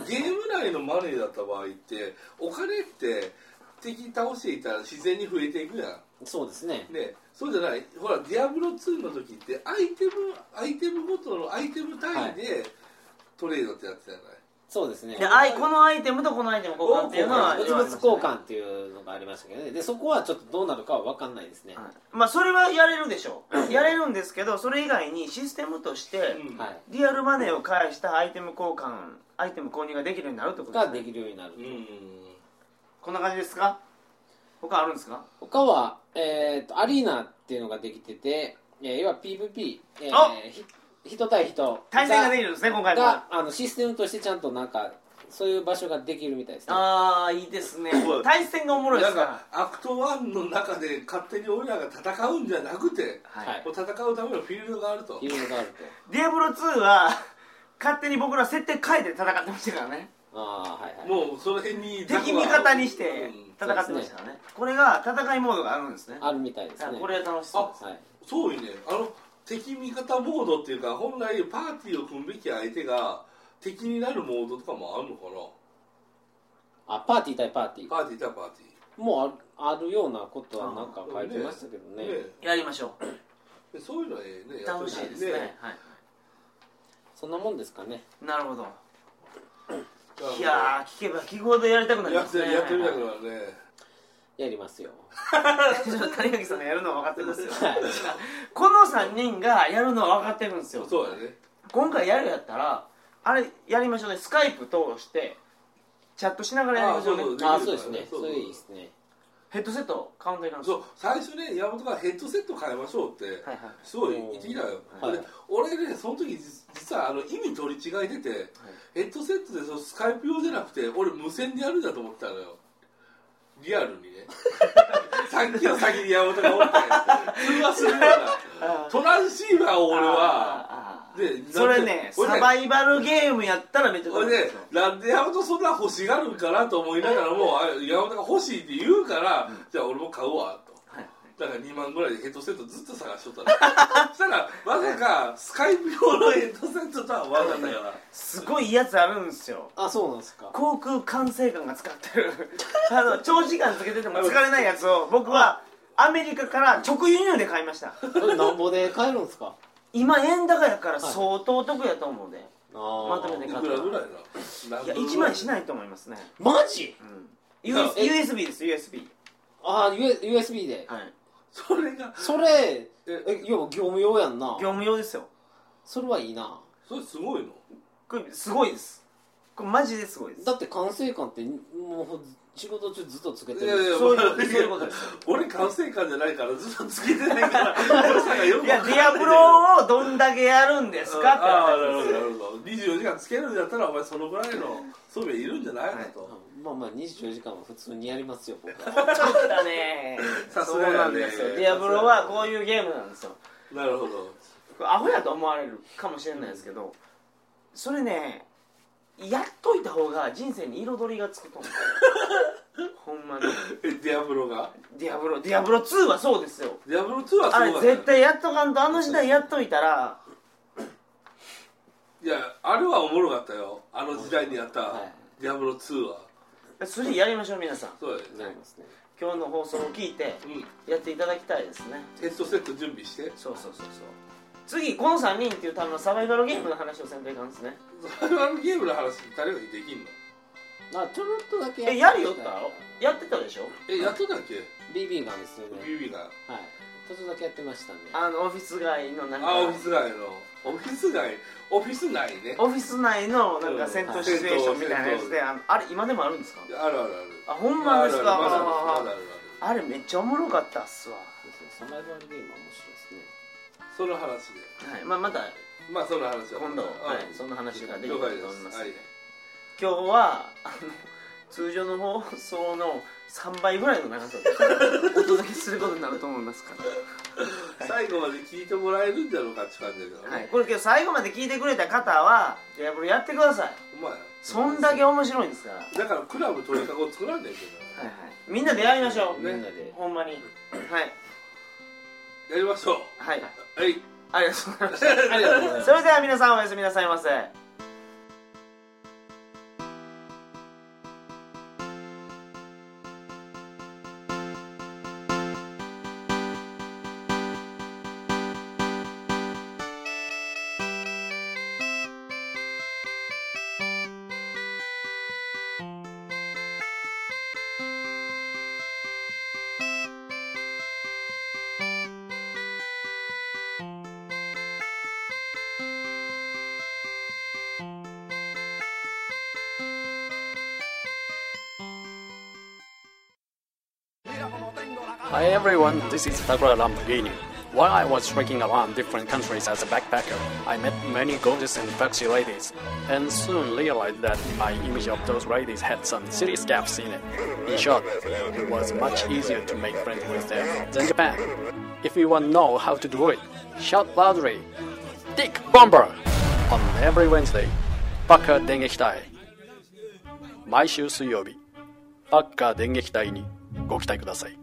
Speaker 2: わ。ゲーム内のマネーだった場合って、お金って敵倒していたら自然に増えていくや
Speaker 3: そうですね
Speaker 2: ん。ね、そうじゃない、ほら、ディアブロ2の時って、アイテム、アイテムごとのアイテム単位で、トレードってやつじゃない。
Speaker 3: そうですね
Speaker 1: であいこのアイテムとこのアイテム交換っていうのは
Speaker 3: 物
Speaker 1: 言われ
Speaker 3: 々
Speaker 1: ますね
Speaker 3: 交換っていうのがありましたけどねでそこはちょっとどうなるかは分かんないですね、
Speaker 1: はいまあそれはやれるでしょうやれるんですけどそれ以外にシステムとして、
Speaker 2: うん
Speaker 3: はい
Speaker 1: リアルマネーを介したアイテム交換アイテム購入ができるようになるってことで
Speaker 3: が
Speaker 1: す
Speaker 3: で
Speaker 1: ね
Speaker 3: きるようになる、
Speaker 2: うん。
Speaker 1: こんな感じですか他あるんですか
Speaker 3: 他は、えー、とアリーナっていうのができてて、えー、要は PVP、え
Speaker 1: あ
Speaker 3: ー、ひ人対人
Speaker 1: 対戦ができるんですね今回も
Speaker 3: があのシステムとしてちゃんとなんかそういう場所ができるみたいですね
Speaker 1: ああいいですね
Speaker 2: そう
Speaker 1: 対戦がおもろいで
Speaker 2: な
Speaker 1: す
Speaker 2: ん
Speaker 1: から
Speaker 2: か、アクト1の中で勝手に俺らが戦うんじゃなくて、
Speaker 1: は
Speaker 3: はい
Speaker 1: い、
Speaker 2: もう戦うためのフィールドがあると
Speaker 3: い。うのがあると
Speaker 1: ディアブロ2は勝手に僕ら設定変えて戦ってましたからね
Speaker 3: ああはいはい
Speaker 2: もうその辺に雑魚が
Speaker 1: 敵味方にして
Speaker 2: うん
Speaker 1: 戦ってましたからねこれが戦いモードがあるんですね
Speaker 3: あるみたいです
Speaker 1: あ
Speaker 3: ね
Speaker 1: これは楽しそうです
Speaker 3: はい
Speaker 2: そうよねあの敵味方モードっていうか本来パーティーを組むべき相手が敵になるモードとかもあるのか
Speaker 3: あパーティー対パーティー
Speaker 2: なパーティー対パーテ
Speaker 3: もうあるあるようなことはなんか書いてましたけど
Speaker 2: ィーね
Speaker 3: ね
Speaker 1: やりましょう
Speaker 2: えそういうのはええね
Speaker 1: 楽しいですね
Speaker 2: やっ
Speaker 1: はい
Speaker 3: そんなもんですかね
Speaker 1: なるほど
Speaker 2: とり
Speaker 1: いやー聞けば聞くほどやりたくなり
Speaker 2: や
Speaker 1: ま
Speaker 2: っ
Speaker 1: す
Speaker 2: て
Speaker 1: ね
Speaker 2: やってみたくなるね
Speaker 3: やりますよ
Speaker 1: ちょっと谷垣さんがやるのは分かってますよ
Speaker 3: はい
Speaker 1: この3人がやるのは分かってるんですよ
Speaker 2: そうやね
Speaker 1: 今回やるやったらあれやりましょうねスカイプ通してチャットしながらやりましょうね
Speaker 2: あそうそう
Speaker 3: ああそうですね
Speaker 2: そう
Speaker 3: そ
Speaker 2: そう
Speaker 3: れいいですね
Speaker 1: ヘッドセットカウントになるんです
Speaker 2: そ
Speaker 1: よ
Speaker 2: う最初ね山本がヘッドセット変えましょうって、
Speaker 1: はいはい
Speaker 2: すごい言ってきたよ、
Speaker 3: はい
Speaker 2: で俺ねその時実実はあの意味取り違えてて、ヘッドセットでそのスカイプ用じゃなくて俺無線でやるんだと思ってたのよリアルにねさっきの先に山本がおって通話するようなトランシーバーを俺は
Speaker 1: あーあ
Speaker 2: で
Speaker 1: ーそれね
Speaker 2: 俺
Speaker 1: サバイバルゲームやったらめっちゃ
Speaker 2: こ
Speaker 1: 楽しい
Speaker 2: れ
Speaker 1: で
Speaker 2: です
Speaker 1: よ
Speaker 2: なんで山本そんな欲しがるんかなと思いながらもあ山本が欲しいって言うから、じゃあ俺も買うわと
Speaker 1: はい
Speaker 2: だから2万ぐらいでヘッドセットずっと探しとったの そしたらまさかスカイプ用のヘッドセットとは思わなかったから
Speaker 1: すごいいいやつあるんですよ
Speaker 3: あそうなんですか
Speaker 1: 航空管制官が使ってる あの長時間つけてても疲れないやつを僕はアメリカから直輸入で買いました
Speaker 3: これなんぼで買えるんですか
Speaker 1: 今円高やから相当得やと思うで、
Speaker 3: あー
Speaker 1: まとめ
Speaker 2: い
Speaker 1: て
Speaker 2: く
Speaker 1: 買
Speaker 2: ら
Speaker 1: っ
Speaker 2: ぐ
Speaker 1: た
Speaker 2: らい
Speaker 1: い
Speaker 2: だ
Speaker 1: や1万し
Speaker 2: い
Speaker 1: ないと思いますね、
Speaker 3: マジ
Speaker 1: うん、
Speaker 2: だから
Speaker 1: US USB です USB
Speaker 3: ああ USB で
Speaker 1: はい
Speaker 2: それが
Speaker 3: それ
Speaker 2: え
Speaker 3: え要は業務用やんな
Speaker 1: 業務用ですよ
Speaker 3: それはいいな
Speaker 2: それすごいの
Speaker 1: これすごいですこれマジですごいです
Speaker 3: だって管制官ってもう仕事中ずっとつけてる
Speaker 2: いやいや
Speaker 1: そういうことですそういうことです
Speaker 2: 俺管制官じゃないからずっとつけてない から良さがよく
Speaker 1: い
Speaker 2: わ
Speaker 1: や
Speaker 2: かん
Speaker 1: デ
Speaker 2: ない
Speaker 1: ィアブロをどんだけやるんですかって
Speaker 2: ああ
Speaker 1: 話
Speaker 2: なるほ
Speaker 1: です
Speaker 2: どなるほど24時間つけるんだったらお前そのぐらいの装備いるんじゃないかと、
Speaker 3: うんまあまあ24時間は普通にやりますよ僕 は
Speaker 1: ちょっとね
Speaker 2: さす
Speaker 1: そう
Speaker 2: がやね
Speaker 1: なんですよディアブロはこういうゲームなんですよ
Speaker 2: なるほど
Speaker 1: アホやと思われるかもしれないですけどそれねやっといた方が人生に彩りがつくと 思うほんまに
Speaker 2: えディアブロが
Speaker 1: ディアブロディアブロ2はそうですよ
Speaker 2: ディアブロ2はすご
Speaker 1: あ
Speaker 2: い
Speaker 1: れ絶対やっとかんとあの時代やっといたら
Speaker 2: いやあれはおもろかったよあの時代にやった、
Speaker 3: はい
Speaker 2: ディアブロ2は
Speaker 1: 3やりましょう皆さん
Speaker 2: そうだよね
Speaker 3: なりますね
Speaker 1: 今日の放送を聞いて
Speaker 2: うん
Speaker 1: やっていただきたいですね
Speaker 2: テストセット準備して
Speaker 1: そうそうそうそう次この3人っていう多分サバイバルゲームの話をせんといかんですね
Speaker 2: サバイバルゲームの話誰ができんの
Speaker 3: あちょろっとだけ
Speaker 1: えやるよったろやってたでしょ
Speaker 2: えやっとだっけ
Speaker 3: BB がですよね
Speaker 2: ビビが
Speaker 3: はいちょっとだけやってましたね
Speaker 1: あのオフィス街のなんか
Speaker 2: あオフィス街のオフィス街オフィス内ね
Speaker 1: オフィス内のなんか戦闘シチュエーションみたいなやつであのあれ今でもあるんですか
Speaker 2: あるあるある
Speaker 1: あほんまですか
Speaker 2: あるある
Speaker 1: あ
Speaker 2: まだあるまだあるある
Speaker 1: あれめっちゃおもろかったっすわ、
Speaker 3: そうですねサバイバルゲームは面白いですね
Speaker 2: その話で
Speaker 1: はいまあ、また
Speaker 2: まあその話は
Speaker 1: 今度、は
Speaker 2: うん
Speaker 1: い、そんな話ができ
Speaker 2: 了
Speaker 1: たら
Speaker 2: 解
Speaker 1: と
Speaker 2: で
Speaker 1: 思います
Speaker 2: すはい
Speaker 1: 今日はあの通常の放送の3倍ぐらいの長さでお届けすることになると思いますから
Speaker 2: 最後まで聞いてもらえるんだろうかって感じだけどね
Speaker 1: はい、これけど最後まで聞いてくれた方はディアブロやってください
Speaker 2: お前
Speaker 1: そんだけ面白いんですから、はい
Speaker 2: だからクラブ鳥かご作らんねんけ
Speaker 1: はい、みんなでやりましょう、
Speaker 3: みんなで
Speaker 1: ほんまにはい
Speaker 2: どやりましょう
Speaker 1: はい
Speaker 2: はい
Speaker 1: ありがとうございまし
Speaker 3: ありがとうございま
Speaker 1: た
Speaker 3: す
Speaker 1: それでは皆さんおやすみなさいませ
Speaker 4: Hi everyone, this is Takura Lamborghini. While I was trekking around different countries as a backpacker, I met many gorgeous and foxy ladies, and soon realized that my image of those ladies had some serious gaps in it. In short, it was much easier to make friends with them than Japan. If you want to know how to do it, shout loudly, Dick Bomber! on every Wednesday, バカ電撃隊毎週水曜日、バッカ電撃隊にご期待ください。